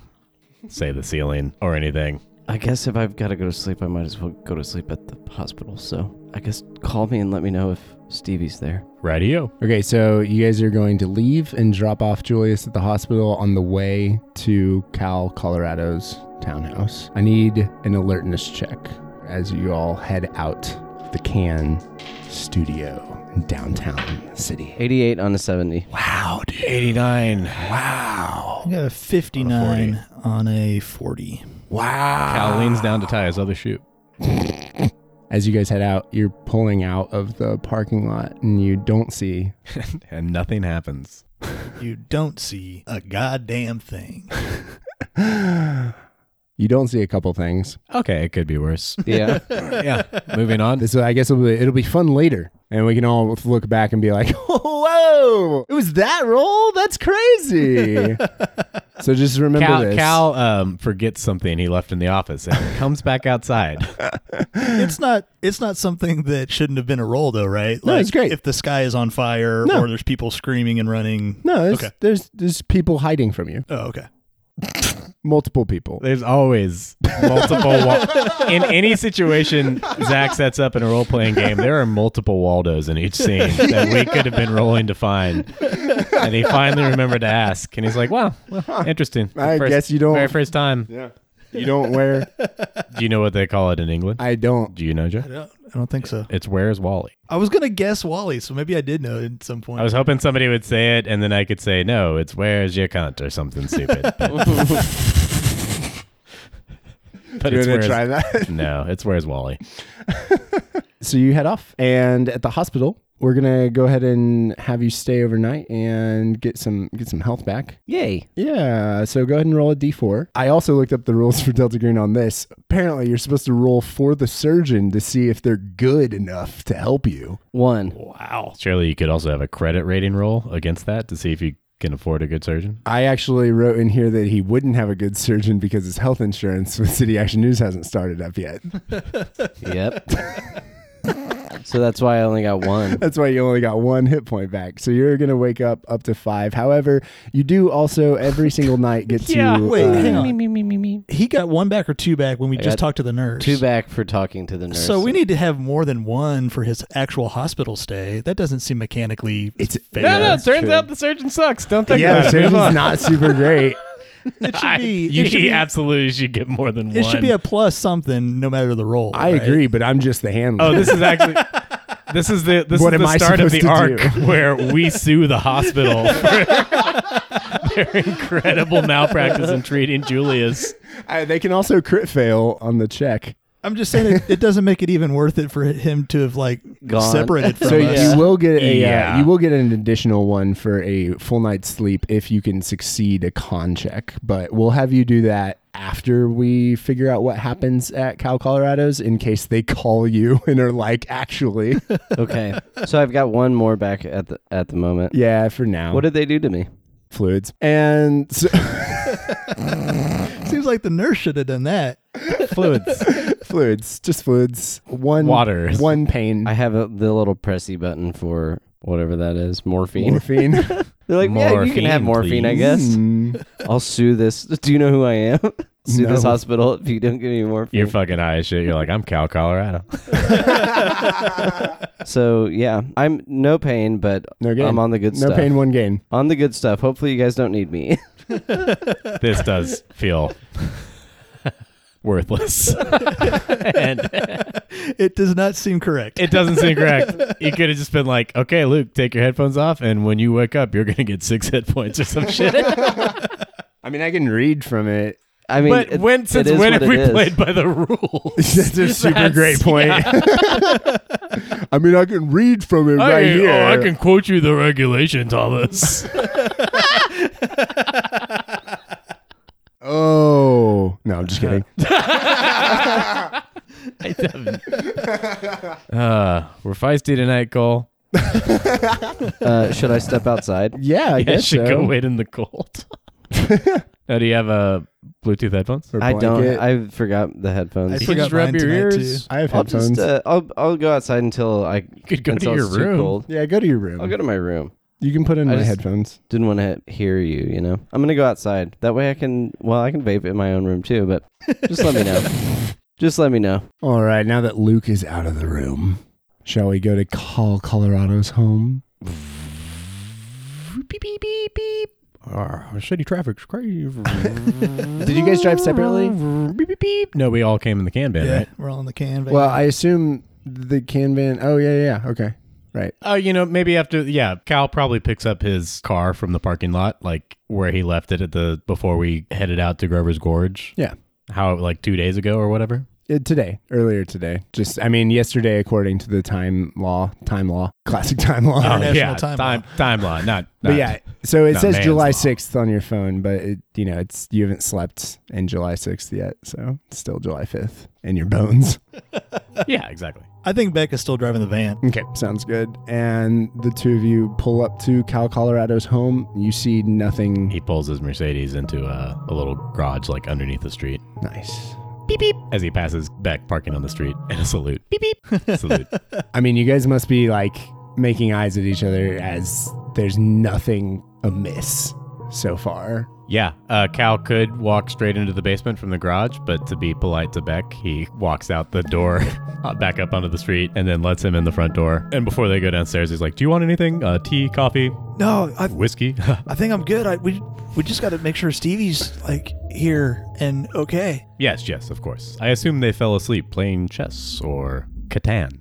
Speaker 5: say the ceiling or anything.
Speaker 2: I guess if I've got to go to sleep, I might as well go to sleep at the hospital. So I guess call me and let me know if Stevie's there.
Speaker 5: Radio.
Speaker 3: Okay, so you guys are going to leave and drop off Julius at the hospital on the way to Cal, Colorado's townhouse. I need an alertness check as you all head out the can studio in downtown city.
Speaker 2: 88 on a 70.
Speaker 5: Wow, dude. 89.
Speaker 3: Wow.
Speaker 4: I got a 59 on a 40.
Speaker 3: Wow.
Speaker 5: Cal leans down to tie his other shoe.
Speaker 3: As you guys head out, you're pulling out of the parking lot and you don't see.
Speaker 5: and nothing happens.
Speaker 4: You don't see a goddamn thing.
Speaker 3: You don't see a couple things.
Speaker 5: Okay, it could be
Speaker 3: [laughs]
Speaker 5: worse.
Speaker 2: Yeah.
Speaker 5: yeah, moving on.
Speaker 3: So I guess it'll be, it'll be fun later, and we can all look back and be like, [laughs] "Whoa, it was that roll?
Speaker 5: [laughs]
Speaker 3: That's crazy!" so just remember
Speaker 5: Cal,
Speaker 3: this.
Speaker 5: Cal um, forgets something he left in the office and comes back outside.
Speaker 4: it's not it's not something that shouldn't have been a roll though, right?
Speaker 3: No, it's great.
Speaker 4: If the sky is on fire
Speaker 3: No.
Speaker 4: or there's people screaming and running.
Speaker 3: no, there's,
Speaker 4: Okay.
Speaker 3: there's there's people hiding from you.
Speaker 4: Oh, okay.
Speaker 3: Multiple people.
Speaker 5: There's always multiple
Speaker 3: [laughs]
Speaker 5: wa- in any situation Zach sets up in a role playing game. There are multiple Waldos in each
Speaker 3: [laughs]
Speaker 5: scene that we could have been rolling to find, and he finally remembered to ask. And he's like, "Wow, well, interesting.
Speaker 3: I guess you don't-
Speaker 5: very first time.
Speaker 3: You don't wear.
Speaker 5: Do you know what they call it in England?
Speaker 3: I don't.
Speaker 5: Do you know, Joe?
Speaker 4: I don't, I don't think so.
Speaker 5: It's where's Wally.
Speaker 4: I was gonna guess Wally, so maybe I did know at some point.
Speaker 5: I was hoping somebody would say it, and then I could say, "No, it's where's your cunt or something
Speaker 3: [laughs]
Speaker 5: stupid." But, but [laughs]
Speaker 3: You're
Speaker 5: it's
Speaker 3: gonna
Speaker 5: where's
Speaker 3: try
Speaker 5: [laughs]
Speaker 3: that. [laughs]
Speaker 5: no, it's where's Wally.
Speaker 3: So you head off, and at the hospital, we're gonna go ahead and have you stay overnight and get some get some health back.
Speaker 2: Yay.
Speaker 3: Yeah, so go ahead and roll a d4. I also looked up the rules for Delta Green on this. Apparently, you're supposed to roll for the surgeon to see if they're good enough to help you.
Speaker 2: One.
Speaker 5: Wow. Surely you could also have a credit rating roll against that to see if you can afford a good surgeon.
Speaker 3: I actually wrote in here that he wouldn't have a good surgeon because his health insurance with City Action News hasn't started up yet. [laughs]
Speaker 2: Yep. [laughs] so that's why I only got one.
Speaker 3: That's why you only got one hit point back. So you're going to wake up up to five. However, you do also every single
Speaker 5: [laughs]
Speaker 3: night get
Speaker 5: Yeah,
Speaker 3: to. uh,
Speaker 4: wait, hang on.
Speaker 6: Me, me, me, me, me.
Speaker 4: he got one back or two back when we
Speaker 2: I
Speaker 4: just
Speaker 2: got
Speaker 4: talked to the nurse.
Speaker 2: Two back for talking to the nurse.
Speaker 4: So we need to have more than one for his actual hospital stay. That doesn't seem mechanically
Speaker 3: It's-
Speaker 4: fair.
Speaker 5: no, no.
Speaker 3: that's
Speaker 5: Turns
Speaker 3: true.
Speaker 5: out the surgeon sucks. Don't think
Speaker 3: yeah, the
Speaker 5: about it. Move
Speaker 3: surgeon's
Speaker 5: on.
Speaker 3: not super great.
Speaker 4: It should be.
Speaker 5: you
Speaker 4: it should be,
Speaker 5: [laughs] absolutely should get more than
Speaker 4: it
Speaker 5: one.
Speaker 4: should be a plus something, no matter the role. [laughs]
Speaker 3: I
Speaker 4: right?
Speaker 3: agree, but I'm just the handler.
Speaker 5: oh, this is actually. This is the this
Speaker 3: What
Speaker 5: is
Speaker 3: am
Speaker 5: the
Speaker 3: I
Speaker 5: start of
Speaker 3: supposed
Speaker 5: the
Speaker 3: to
Speaker 5: arc [laughs]
Speaker 3: do?
Speaker 5: where we sue the [laughs] hospital for their incredible malpractice in treating Julius.
Speaker 3: Uh, they can also crit fail on the check.
Speaker 4: I'm just saying it, it doesn't make it even worth it for him to have like
Speaker 2: Gone.
Speaker 4: separated from
Speaker 3: So
Speaker 4: us.
Speaker 2: Yeah.
Speaker 3: you will get a uh,
Speaker 5: Yeah.
Speaker 3: you will get an additional one for a full night's sleep if you can succeed a con check, but we'll have you do that after we figure out what happens at Cal Colorado's in case they call you [laughs] and are like
Speaker 2: [laughs]
Speaker 3: actually
Speaker 2: Okay. so I've got one more back at the at the moment.
Speaker 3: yeah for now
Speaker 2: What did they do to me?
Speaker 3: fluids and [laughs] so,
Speaker 4: Seems like the nurse should have done that.
Speaker 5: Fluids.
Speaker 3: [laughs] fluids just fluids one
Speaker 5: Water.
Speaker 3: one pain
Speaker 2: I have a, the little pressy button for whatever that is, morphine.
Speaker 3: morphine
Speaker 2: They're like, yeah, you can have
Speaker 5: Morphine,
Speaker 2: morphine, [laughs] I
Speaker 5: please."
Speaker 2: guess.
Speaker 3: Mm.
Speaker 2: I'll sue this. [laughs] Do you know who I am? sue this
Speaker 3: No.
Speaker 2: hospital if you don't give me morphine.
Speaker 5: You're fucking high as shit. You're like, I'm Cal Colorado.
Speaker 2: so yeah, I'm no pain, but
Speaker 3: no gain
Speaker 2: I'm on the good
Speaker 3: no
Speaker 2: stuff.
Speaker 3: pain one gain
Speaker 2: on the good stuff. Hopefully, you guys don't need me. [laughs]
Speaker 5: This does feel worthless. [laughs] and
Speaker 4: It does not seem correct.
Speaker 5: it doesn't seem correct. You could have just been like, okay, Luke, take your headphones off. And when you wake up, you're going to get six hit points or some shit.
Speaker 3: I mean I can read from it
Speaker 2: I mean,
Speaker 5: but
Speaker 2: it-
Speaker 5: when,
Speaker 2: it
Speaker 5: since
Speaker 2: is
Speaker 5: when
Speaker 2: what
Speaker 5: have
Speaker 2: it
Speaker 5: we
Speaker 2: is.
Speaker 5: played by the rules?
Speaker 3: That's a super great point. [laughs] I mean, I can read from it
Speaker 5: I,
Speaker 3: right here.
Speaker 5: oh, I can quote you the regulation, [laughs] Thomas.
Speaker 3: Oh, no, I'm just kidding.
Speaker 5: uh, we're feisty tonight, Cole.
Speaker 2: Uh, should I step
Speaker 5: [laughs]
Speaker 2: outside?
Speaker 3: Yeah, I
Speaker 5: I
Speaker 3: guess
Speaker 5: should
Speaker 3: so.
Speaker 5: go wait in the cold. now, do you have uh, Bluetooth headphones?
Speaker 3: Or
Speaker 2: I don't.
Speaker 3: blanket.
Speaker 2: I forgot the headphones.
Speaker 4: I
Speaker 5: You
Speaker 4: forgot
Speaker 5: can just rub
Speaker 4: mine
Speaker 5: your
Speaker 4: tonight,
Speaker 5: ears.
Speaker 3: I have
Speaker 2: I'll
Speaker 3: headphones.
Speaker 2: just uh, I'll I'll go outside until I
Speaker 5: You could go
Speaker 2: until
Speaker 5: to your
Speaker 2: it's too
Speaker 5: room.
Speaker 2: cold.
Speaker 3: yeah, go to your room.
Speaker 2: I'll go to my room.
Speaker 3: you can put in
Speaker 2: I
Speaker 3: my
Speaker 2: just-
Speaker 3: headphones.
Speaker 2: Didn't want to hear you, you know. I'm gonna go outside. That way I can. Well, I can vape in my own room too.
Speaker 5: [laughs]
Speaker 2: But just let me know. Just let me know.
Speaker 3: All right, now that Luke is out of the room, shall we go to Call Colorado's home?
Speaker 5: Beep, beep, beep, beep. Oh, city traffic's crazy.
Speaker 3: [laughs] Did you guys drive separately?
Speaker 5: beep, beep, beep. No, we all came in the can van,
Speaker 4: Yeah,
Speaker 5: right?
Speaker 4: we're all in the can. van.
Speaker 3: Well, I assume the can van. Oh, yeah, yeah, yeah. Okay. Right.
Speaker 5: Oh, you know, maybe after yeah, Cal probably picks up his car from the parking lot, like where he left it at the before we headed out to Grover's Gorge.
Speaker 3: Yeah.
Speaker 5: How like two days ago or whatever.
Speaker 3: Uh, today, earlier today. Just, I mean, yesterday, according to the time law, time law, [laughs] classic time law.
Speaker 5: Oh,
Speaker 4: International time
Speaker 5: time timeline, not,
Speaker 3: But
Speaker 5: not- [laughs]
Speaker 3: yeah, so it
Speaker 5: not
Speaker 3: says
Speaker 5: man's
Speaker 3: July
Speaker 5: law.
Speaker 3: sixth on your phone, but it, you know it's you haven't slept in July sixth yet, so it's still July fifth in your bones. [laughs]
Speaker 5: yeah, exactly.
Speaker 4: I think Becca's still driving the van.
Speaker 3: Okay, sounds good. And the two of you pull up to Cal Colorado's home. You see nothing
Speaker 5: He pulls his Mercedes into a, a little garage like underneath the street
Speaker 3: nice.
Speaker 5: as he passes back parking on the street and a salute. Beep beep. [laughs] salute.
Speaker 3: I mean, you guys must be like making eyes at each other as there's nothing amiss so far.
Speaker 5: Yeah, uh, Cal could walk straight into the basement from the garage, but to be polite to Beck, he walks out the door, [laughs] uh, back up onto the street, and then lets him in the front door. And before they go downstairs, he's like, "Do you want anything? Uh, tea, coffee,
Speaker 4: No, I,
Speaker 5: whiskey?" [laughs]
Speaker 4: I think I'm good. I we we just got to make sure Stevie's like here and okay.
Speaker 5: yes, yes, of course. I assume they fell asleep playing chess or Catan.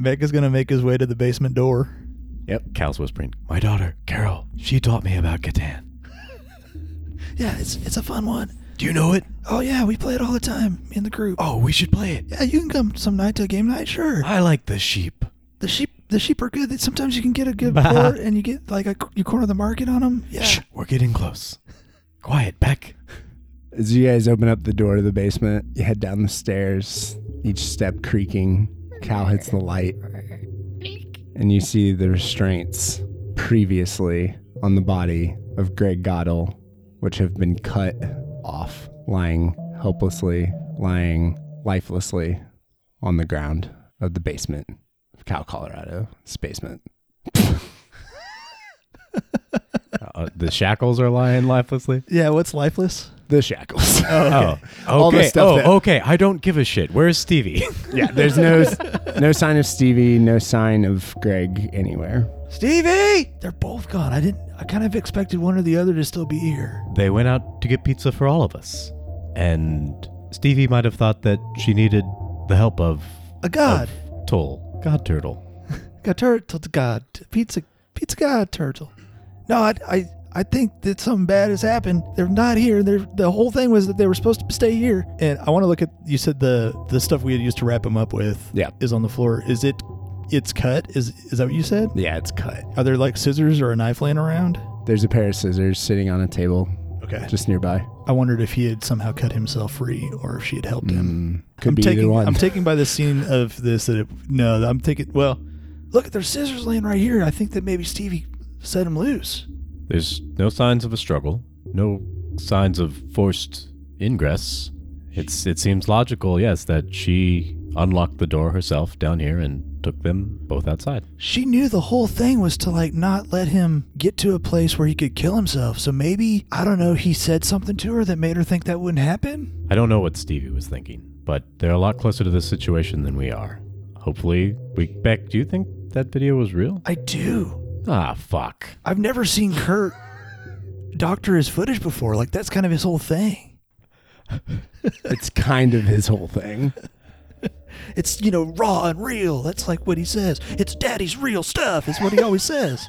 Speaker 4: Becca's gonna make his way to the basement door.
Speaker 5: Yep. Cal's whispering, "My daughter, Carol, she taught me about Catan."
Speaker 4: Yeah, it's it's a fun one.
Speaker 5: Do you know it?
Speaker 4: Oh yeah, we play it all the time in the group.
Speaker 5: Oh, we should play it.
Speaker 4: Yeah, you can come some night to a game night, sure.
Speaker 5: I like the sheep.
Speaker 4: The sheep, the sheep are good. Sometimes you can get a good pour, and you get like a you corner the market on them. Yeah,
Speaker 5: Shh, we're getting close. Quiet, Beck.
Speaker 3: As you guys open up the door to the basement, you head down the stairs, each step creaking. Cal hits the light. And you see the restraints previously on the body of Greg Goddle, which have been cut off, lying helplessly, lying lifelessly on the ground of the basement of Cal, Colorado. basement.
Speaker 5: Uh, the shackles are lying lifelessly.
Speaker 4: yeah. What's lifeless?
Speaker 3: The shackles. [laughs]
Speaker 5: Oh, okay.
Speaker 3: All the stuff
Speaker 5: oh,
Speaker 3: that-
Speaker 5: okay. I don't give a shit. Where's Stevie?
Speaker 3: yeah, there's no
Speaker 4: [laughs]
Speaker 3: no sign of Stevie, no sign of Greg anywhere.
Speaker 4: Stevie, they're both gone. I didn't. I kind of expected one or the other to still be here.
Speaker 5: they went out to get pizza for all of us, and Stevie might have thought that she needed the help of
Speaker 4: A god,
Speaker 5: Toll, God Turtle.
Speaker 4: a turtle, god, pizza, pizza god, turtle. No, I, I, I think that something bad has happened. They're not here. They're, the whole thing was that they were supposed to stay here. And I want to look at you said the the stuff we had used to wrap him up with
Speaker 3: Yeah.
Speaker 4: is on the floor. Is it it's cut? Is is that what you said?
Speaker 3: Yeah, it's cut.
Speaker 4: Are there like scissors or a knife laying around?
Speaker 3: There's a pair of scissors sitting on a table
Speaker 4: Okay.
Speaker 3: just nearby.
Speaker 4: I wondered if he had somehow cut himself free or if she had helped him.
Speaker 3: Could
Speaker 4: I'm
Speaker 3: be
Speaker 4: taking,
Speaker 3: either one.
Speaker 4: I'm taking by the scene of this that it, no, I'm taking. Well, look, there's scissors laying right here. I think that maybe Stevie set him loose.
Speaker 5: There's no signs of a struggle, no signs of forced ingress. It's it seems logical, yes, that she unlocked the door herself down here and took them both outside.
Speaker 4: She knew the whole thing was to like not let him get to a place where he could kill himself. So maybe I don't know. He said something to her that made her think that wouldn't happen.
Speaker 5: I don't know what Stevie was thinking, but they're a lot closer to this situation than we are. Hopefully, we Beck, do you think that video was real? [laughs]
Speaker 4: I do.
Speaker 5: Ah, fuck.
Speaker 4: I've never seen Kurt doctor his footage before. Like that's kind of his whole thing.
Speaker 3: [laughs] it's kind of his
Speaker 4: [laughs]
Speaker 3: whole thing.
Speaker 4: It's you know raw and real. That's like what he says. It's daddy's real stuff. It's what he always says.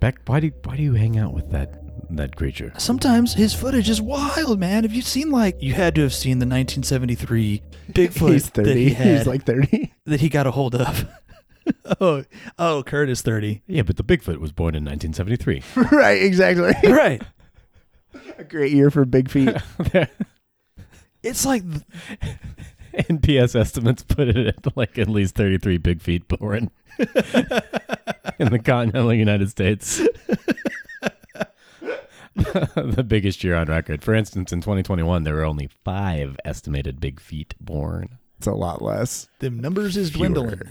Speaker 5: Beck, why do why do you hang out with that that creature?
Speaker 4: Sometimes his footage is wild, man. Have you seen like you had to have seen the 1973 Bigfoot
Speaker 3: He's
Speaker 4: that
Speaker 3: thirty.
Speaker 4: he had
Speaker 3: He's like thirty. [laughs]
Speaker 4: that he got a hold of? [laughs] oh, oh, Kurt is 30.
Speaker 5: Yeah, but the Bigfoot was born in 1973.
Speaker 3: right, exactly.
Speaker 4: [laughs]
Speaker 3: [laughs]
Speaker 4: Right.
Speaker 3: a great year for
Speaker 4: [laughs]
Speaker 3: big feet.
Speaker 4: It's like th-
Speaker 5: NPS estimates put it at like at least 33 big feet born [laughs] in the [laughs] continental United States. [laughs] the biggest year on record. For instance, in 2021, there were only five estimated big feet born.
Speaker 3: it's a lot less.
Speaker 4: them numbers is dwindling.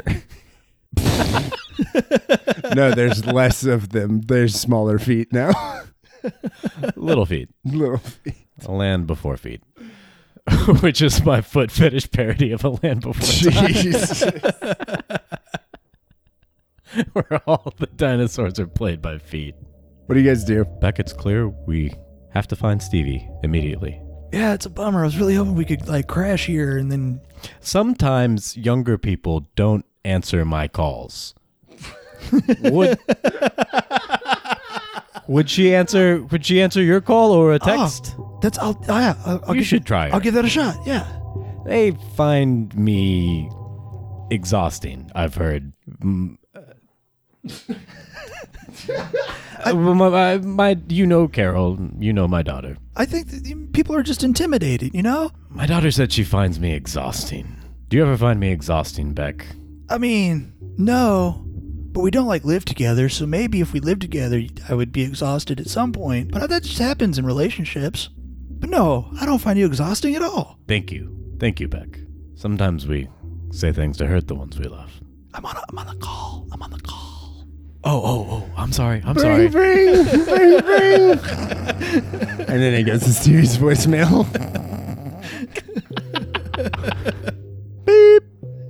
Speaker 3: No, there's less of them. There's smaller feet now. [laughs]
Speaker 5: Little feet,
Speaker 3: Little feet. [laughs]
Speaker 5: a land before feet, [laughs] which is my foot fetish parody of a land before. time,
Speaker 3: Jeez.
Speaker 5: [laughs] where all the dinosaurs are played by feet.
Speaker 3: what do you guys do?
Speaker 5: Beck, it's clear we have to find Stevie immediately.
Speaker 4: Yeah, it's a bummer. I was really hoping we could like crash here and then
Speaker 5: sometimes younger people don't answer my calls. [laughs] would [laughs] would she answer? Would she answer your call or a text?
Speaker 4: Oh, that's I'll yeah, I'll, I'll
Speaker 5: you
Speaker 4: give,
Speaker 5: should try.
Speaker 4: I'll
Speaker 5: It.
Speaker 4: give that a shot. Yeah.
Speaker 5: They find me exhausting. I've heard. Mm, [laughs] I, my, uh, my, you know Carol. You know my daughter.
Speaker 4: I think that you- people are just intimidated, you know?
Speaker 5: My daughter said she finds me exhausting. Do you ever find me exhausting, Beck?
Speaker 4: I mean, no, but we don't like live together, so maybe if we lived together, I would be exhausted at some point. But that just happens in relationships. But no, I don't find you exhausting at all.
Speaker 5: Thank you. Thank you, Beck. Sometimes we say things to hurt the ones we love.
Speaker 4: I'm on, a, I'm on the call. I'm on the call.
Speaker 5: Oh, oh, oh. I'm sorry. I'm sorry.
Speaker 3: Ring, ring, ring. and then it goes to Stevie's voicemail. [laughs]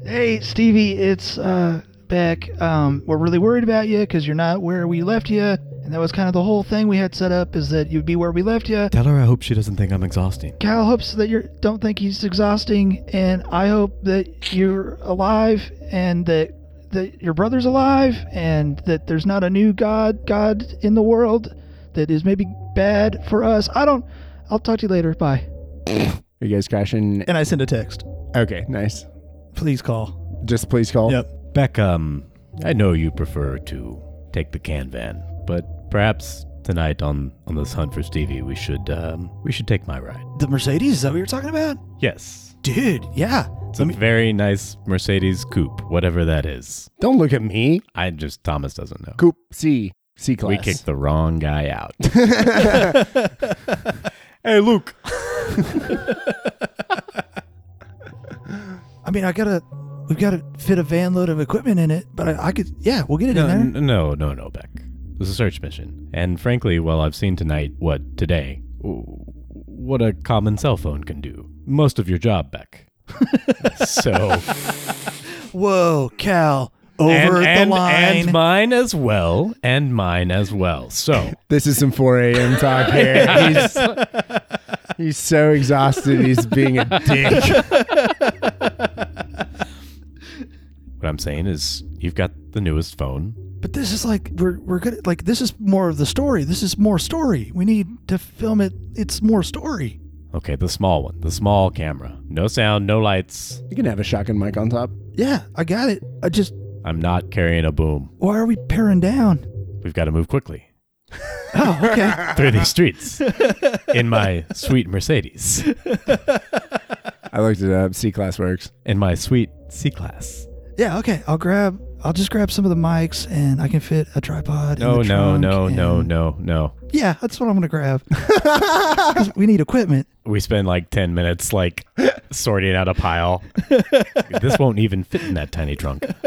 Speaker 7: Hey, Stevie, it's uh, Beck. Um, we're really worried about you because you're not where we left you. And that was kind of the whole thing we had set up is that you'd be where we left you.
Speaker 5: Tell her I hope she doesn't think I'm exhausting.
Speaker 7: Kyle hopes that you don't think he's exhausting, and I hope that you're alive and that that your brother's alive and that there's not a new god god in the world that is maybe bad for us. I don't. I'll talk to you later. Bye.
Speaker 3: Are you guys crashing?
Speaker 4: And I send a text.
Speaker 3: Okay, nice.
Speaker 4: Please call.
Speaker 3: Just please call.
Speaker 4: Yep.
Speaker 5: Beck, um, I know you prefer to take the Canvan, but perhaps tonight on, on this hunt for Stevie, we should um, we should take my ride.
Speaker 4: The Mercedes, is that what you're talking about?
Speaker 5: Yes.
Speaker 4: Dude, yeah.
Speaker 5: It's a
Speaker 4: Let me,
Speaker 5: very nice Mercedes coupe, whatever that is.
Speaker 3: Don't look at me.
Speaker 5: I just Thomas doesn't know.
Speaker 3: Coop C. C class.
Speaker 5: We kicked the wrong guy
Speaker 4: [laughs]
Speaker 5: out. [laughs] hey, Luke.
Speaker 4: I mean, I gotta, we've gotta fit a van load of equipment in it, but I, I could, yeah, we'll get it in
Speaker 5: No,
Speaker 4: there.
Speaker 5: n- no, no, no, Beck. This is a search mission, and frankly, while I've seen tonight what today, w- what a common cell phone can do, most of your
Speaker 4: [laughs]
Speaker 5: job, Beck. so
Speaker 4: Whoa, Cal, over
Speaker 5: and,
Speaker 4: the
Speaker 5: and,
Speaker 4: line.
Speaker 5: and mine as well, and mine as well. So
Speaker 3: This is some 4 a.m. [laughs] talk here. He's, he's so exhausted. He's being a dick.
Speaker 5: what I'm saying is, you've got the newest phone.
Speaker 4: but But this is like we're we're good. Like this is more of the story. This is more story. We need to film it. It's more story.
Speaker 5: Okay, the small one, the small camera. No sound, no lights.
Speaker 3: You can have a shotgun mic on top.
Speaker 4: Yeah, I got it. I just
Speaker 5: I'm not carrying a boom.
Speaker 4: why are we paring down?
Speaker 5: We've got to move quickly
Speaker 4: Oh, [laughs] okay.
Speaker 5: through these streets in my sweet Mercedes,
Speaker 3: I looked it up. C class works.
Speaker 5: in my sweet C class.
Speaker 4: yeah, okay. I'll grab. I'll just grab some of the mics, and I can fit a tripod.
Speaker 5: No,
Speaker 4: in the
Speaker 5: no,
Speaker 4: trunk
Speaker 5: no, no,
Speaker 4: and-
Speaker 5: no, no.
Speaker 4: Yeah, that's what I'm gonna [laughs] grab. 'Cause we need equipment.
Speaker 5: We spend like 10 minutes like
Speaker 4: [laughs]
Speaker 5: sorting out a pile. this won't even fit in that tiny trunk.
Speaker 3: [laughs]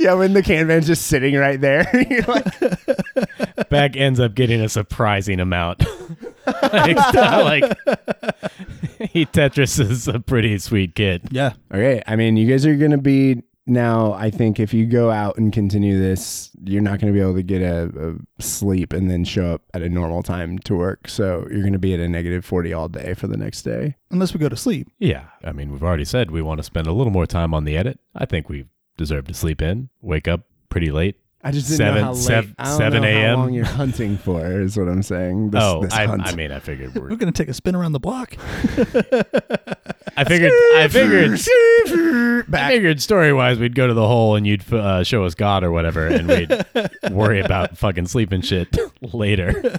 Speaker 3: yeah, when the can van's just sitting right there. [laughs] You're like,
Speaker 5: Beck ends up getting a surprising amount. [laughs] like, [laughs] it's not like he Tetris is a pretty sweet kid.
Speaker 4: Yeah.
Speaker 3: okay, I mean, you guys are gonna be now. I think if you go out and continue this, you're not gonna be able to get a, a sleep and then show up at a normal time to work. So you're gonna be at a negative forty all day for the next day.
Speaker 4: Unless we go to sleep.
Speaker 5: Yeah. I mean, we've already said we want to spend a little more time on the edit. I think we deserve to sleep in, wake up pretty late.
Speaker 3: I just
Speaker 5: didn't know Seven- how late- sev- I don't seven know how a.m..
Speaker 3: How
Speaker 5: long
Speaker 3: long [laughs] you're hunting for is what I'm saying. This,
Speaker 5: oh,
Speaker 3: this
Speaker 5: I,
Speaker 3: hunt.
Speaker 5: I mean,
Speaker 4: [laughs]
Speaker 5: I figured
Speaker 4: We're
Speaker 5: we're.
Speaker 4: gonna take a spin around the block. [laughs]
Speaker 5: I figured. I [laughs] figured. I
Speaker 3: Back.
Speaker 5: figured story wise, we'd go to the hole and you'd uh, show us God or whatever, and [laughs] we'd worry about fucking sleeping shit [laughs] later.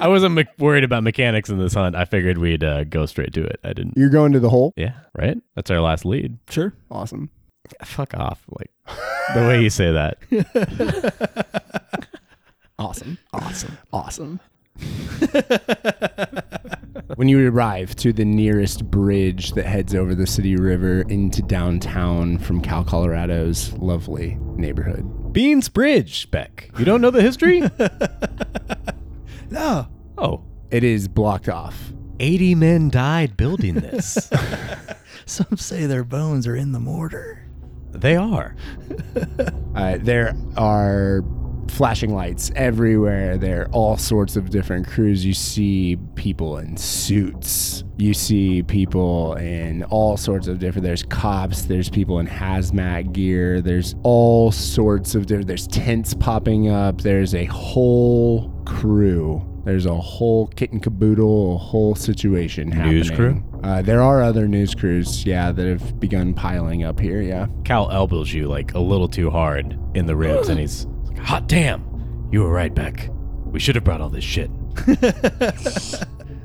Speaker 5: I wasn't me- worried about mechanics in this hunt. I figured we'd uh, go straight to it. I didn't.
Speaker 3: You're going to the hole.
Speaker 5: Yeah, right? That's our last lead.
Speaker 4: Sure.
Speaker 3: Awesome.
Speaker 5: Fuck off. Like, [laughs] the way you say [laughs] that.
Speaker 3: Awesome. Awesome. Awesome. [laughs] when you arrive to the nearest bridge that heads over the city river into downtown from Cal Colorado's lovely neighborhood.
Speaker 5: Beans Bridge, Beck. You don't know the [laughs] history?
Speaker 4: No.
Speaker 5: oh.
Speaker 3: It is blocked off.
Speaker 5: 80 men died building [laughs] this.
Speaker 4: Some say their bones are in the mortar.
Speaker 5: they are.
Speaker 3: Uh, there are flashing lights everywhere. There are all sorts of different crews. You see people in suits. You see people in all sorts of different. There's cops. There's people in hazmat gear. There's all sorts of different. There's tents popping up. There's a whole crew. There's a whole kit and caboodle, a whole situation happening.
Speaker 5: News crew?
Speaker 3: Uh, there are other news crews, yeah, that have begun piling up here, yeah.
Speaker 5: Cal elbows you like a little too hard in the ribs, and he's like, "Hot damn, you were right, Beck. We should have brought all this shit."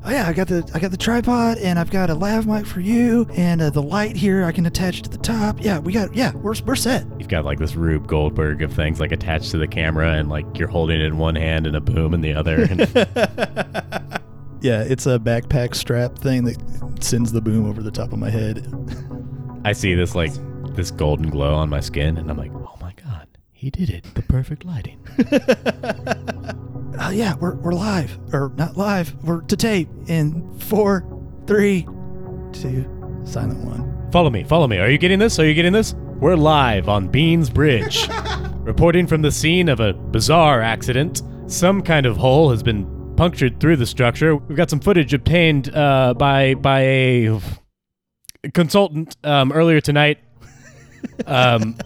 Speaker 4: Oh yeah, I got the I got the tripod and I've got a lav mic for you and uh, the light here I can attach to the top. Yeah, we got yeah, we're we're set.
Speaker 5: You've got like this Rube Goldberg of things like attached to the camera, and like you're holding it in one hand and a boom in the other. And
Speaker 4: Yeah, it's a backpack strap thing that sends the boom over the top of my head.
Speaker 5: I see this like this golden glow on my skin, and I'm like, "Oh my god, he did it! The perfect lighting."
Speaker 4: Oh yeah, we're we're live or not live. We're to tape in four, three, two, silent one. [laughs]
Speaker 5: Follow me, follow me. Are you getting this? Are you getting this? We're live on Beans Bridge. Reporting from the scene of a bizarre accident. Some kind of hole has been punctured through the structure. We've got some footage obtained uh, by by a consultant um, earlier tonight. Um,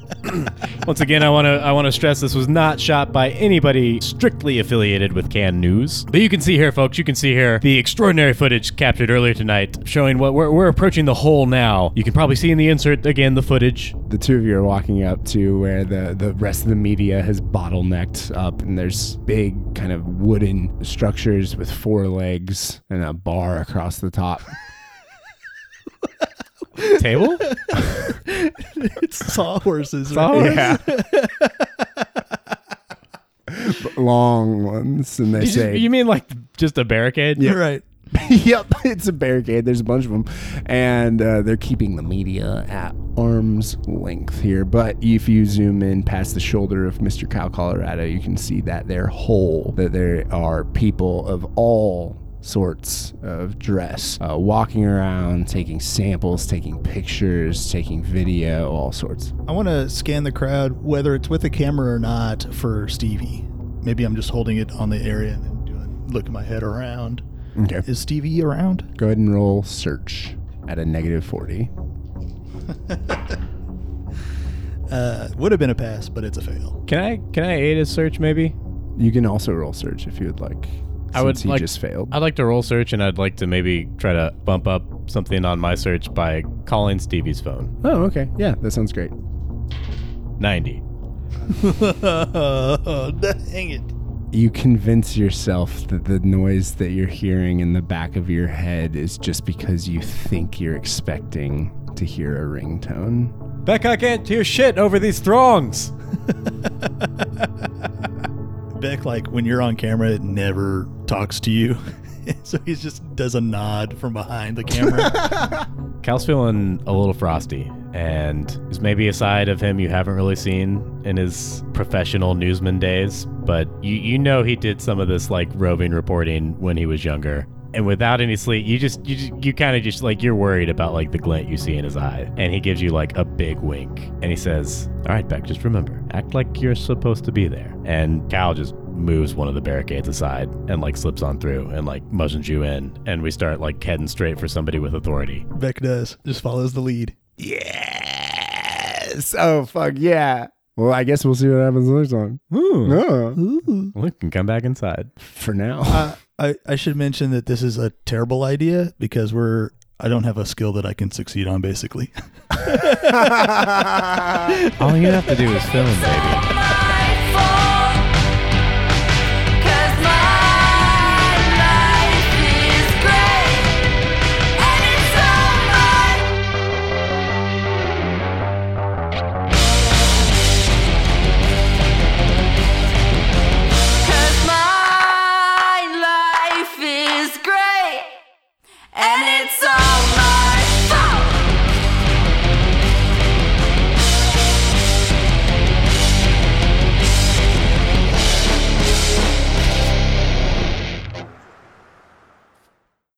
Speaker 5: [clears throat] once again, I want to I want to stress this was not shot by anybody strictly affiliated with Can News. But you can see here, folks, you can see here the extraordinary footage captured earlier tonight, showing what we're, we're approaching the hole now. You can probably see in the insert again the footage.
Speaker 3: the two of you are walking up to where the, the rest of the media has bottlenecked up and there's big kind of wooden structures with four legs and a bar across
Speaker 5: [laughs]
Speaker 3: the top
Speaker 5: Table?
Speaker 4: It's sawhorses.
Speaker 5: Oh,
Speaker 3: yeah [laughs] long ones and they
Speaker 5: You, just-
Speaker 3: say
Speaker 5: you mean like just a barricade?
Speaker 4: You're right.
Speaker 3: [laughs] yep, it's a barricade. There's a bunch of them, and uh, they're keeping the media at arm's length here. But if you zoom in past the shoulder of Mr. Cal Colorado, you can see that they're whole. That there are people of all sorts of dress uh, walking around, taking samples, taking pictures, taking video, all sorts.
Speaker 4: I want to scan the crowd, whether it's with a camera or not, for Stevie. Maybe I'm just holding it on the area and then doing, looking my head around.
Speaker 3: Okay,
Speaker 4: Is Stevie around?
Speaker 3: go ahead and roll search at a negative forty.
Speaker 4: Uh, would have been a pass, but it's a fail. [laughs]
Speaker 5: Can I can I aid a search maybe?
Speaker 3: You can also roll search if you would like.
Speaker 5: I would
Speaker 3: since he
Speaker 5: like-
Speaker 3: just failed.
Speaker 5: I'd like to roll search and I'd like to maybe try to bump up something on my search by calling Stevie's phone.
Speaker 3: oh, okay. Yeah, that sounds great.
Speaker 5: 90.
Speaker 4: Oh, Dang it.
Speaker 3: You convince yourself that the noise that you're hearing in the back of your head is just because you think you're expecting to hear a ringtone.
Speaker 5: Becca, I can't hear shit over these throngs.
Speaker 4: Beck, like when you're on camera, it never talks to you. [laughs] so he just does a nod from behind the camera.
Speaker 5: Cal's feeling a little frosty, and there's maybe a side of him you haven't really seen in his professional newsman days, but you, you know he did some of this like roving reporting when he was younger. And without any sleep, you just you, just- you kind of just like you're worried about like the glint you see in his eye, and he gives you like a big wink, and he says, "All right, Beck, just remember, act like you're supposed to be there." And Cal just moves one of the barricades aside and like slips on through and like motions you in, and we start like heading straight for somebody with authority.
Speaker 4: Beck does, just follows the lead.
Speaker 3: Yes. Oh fuck yeah. Well, I guess we'll see what happens next time. No.
Speaker 5: We can come back inside.
Speaker 3: Hmm. For now.
Speaker 4: Uh, I, I should mention that this is a terrible idea because we're. I don't have a skill that I can succeed on, basically.
Speaker 5: All you have to do is film, baby.
Speaker 8: Cause my life is great and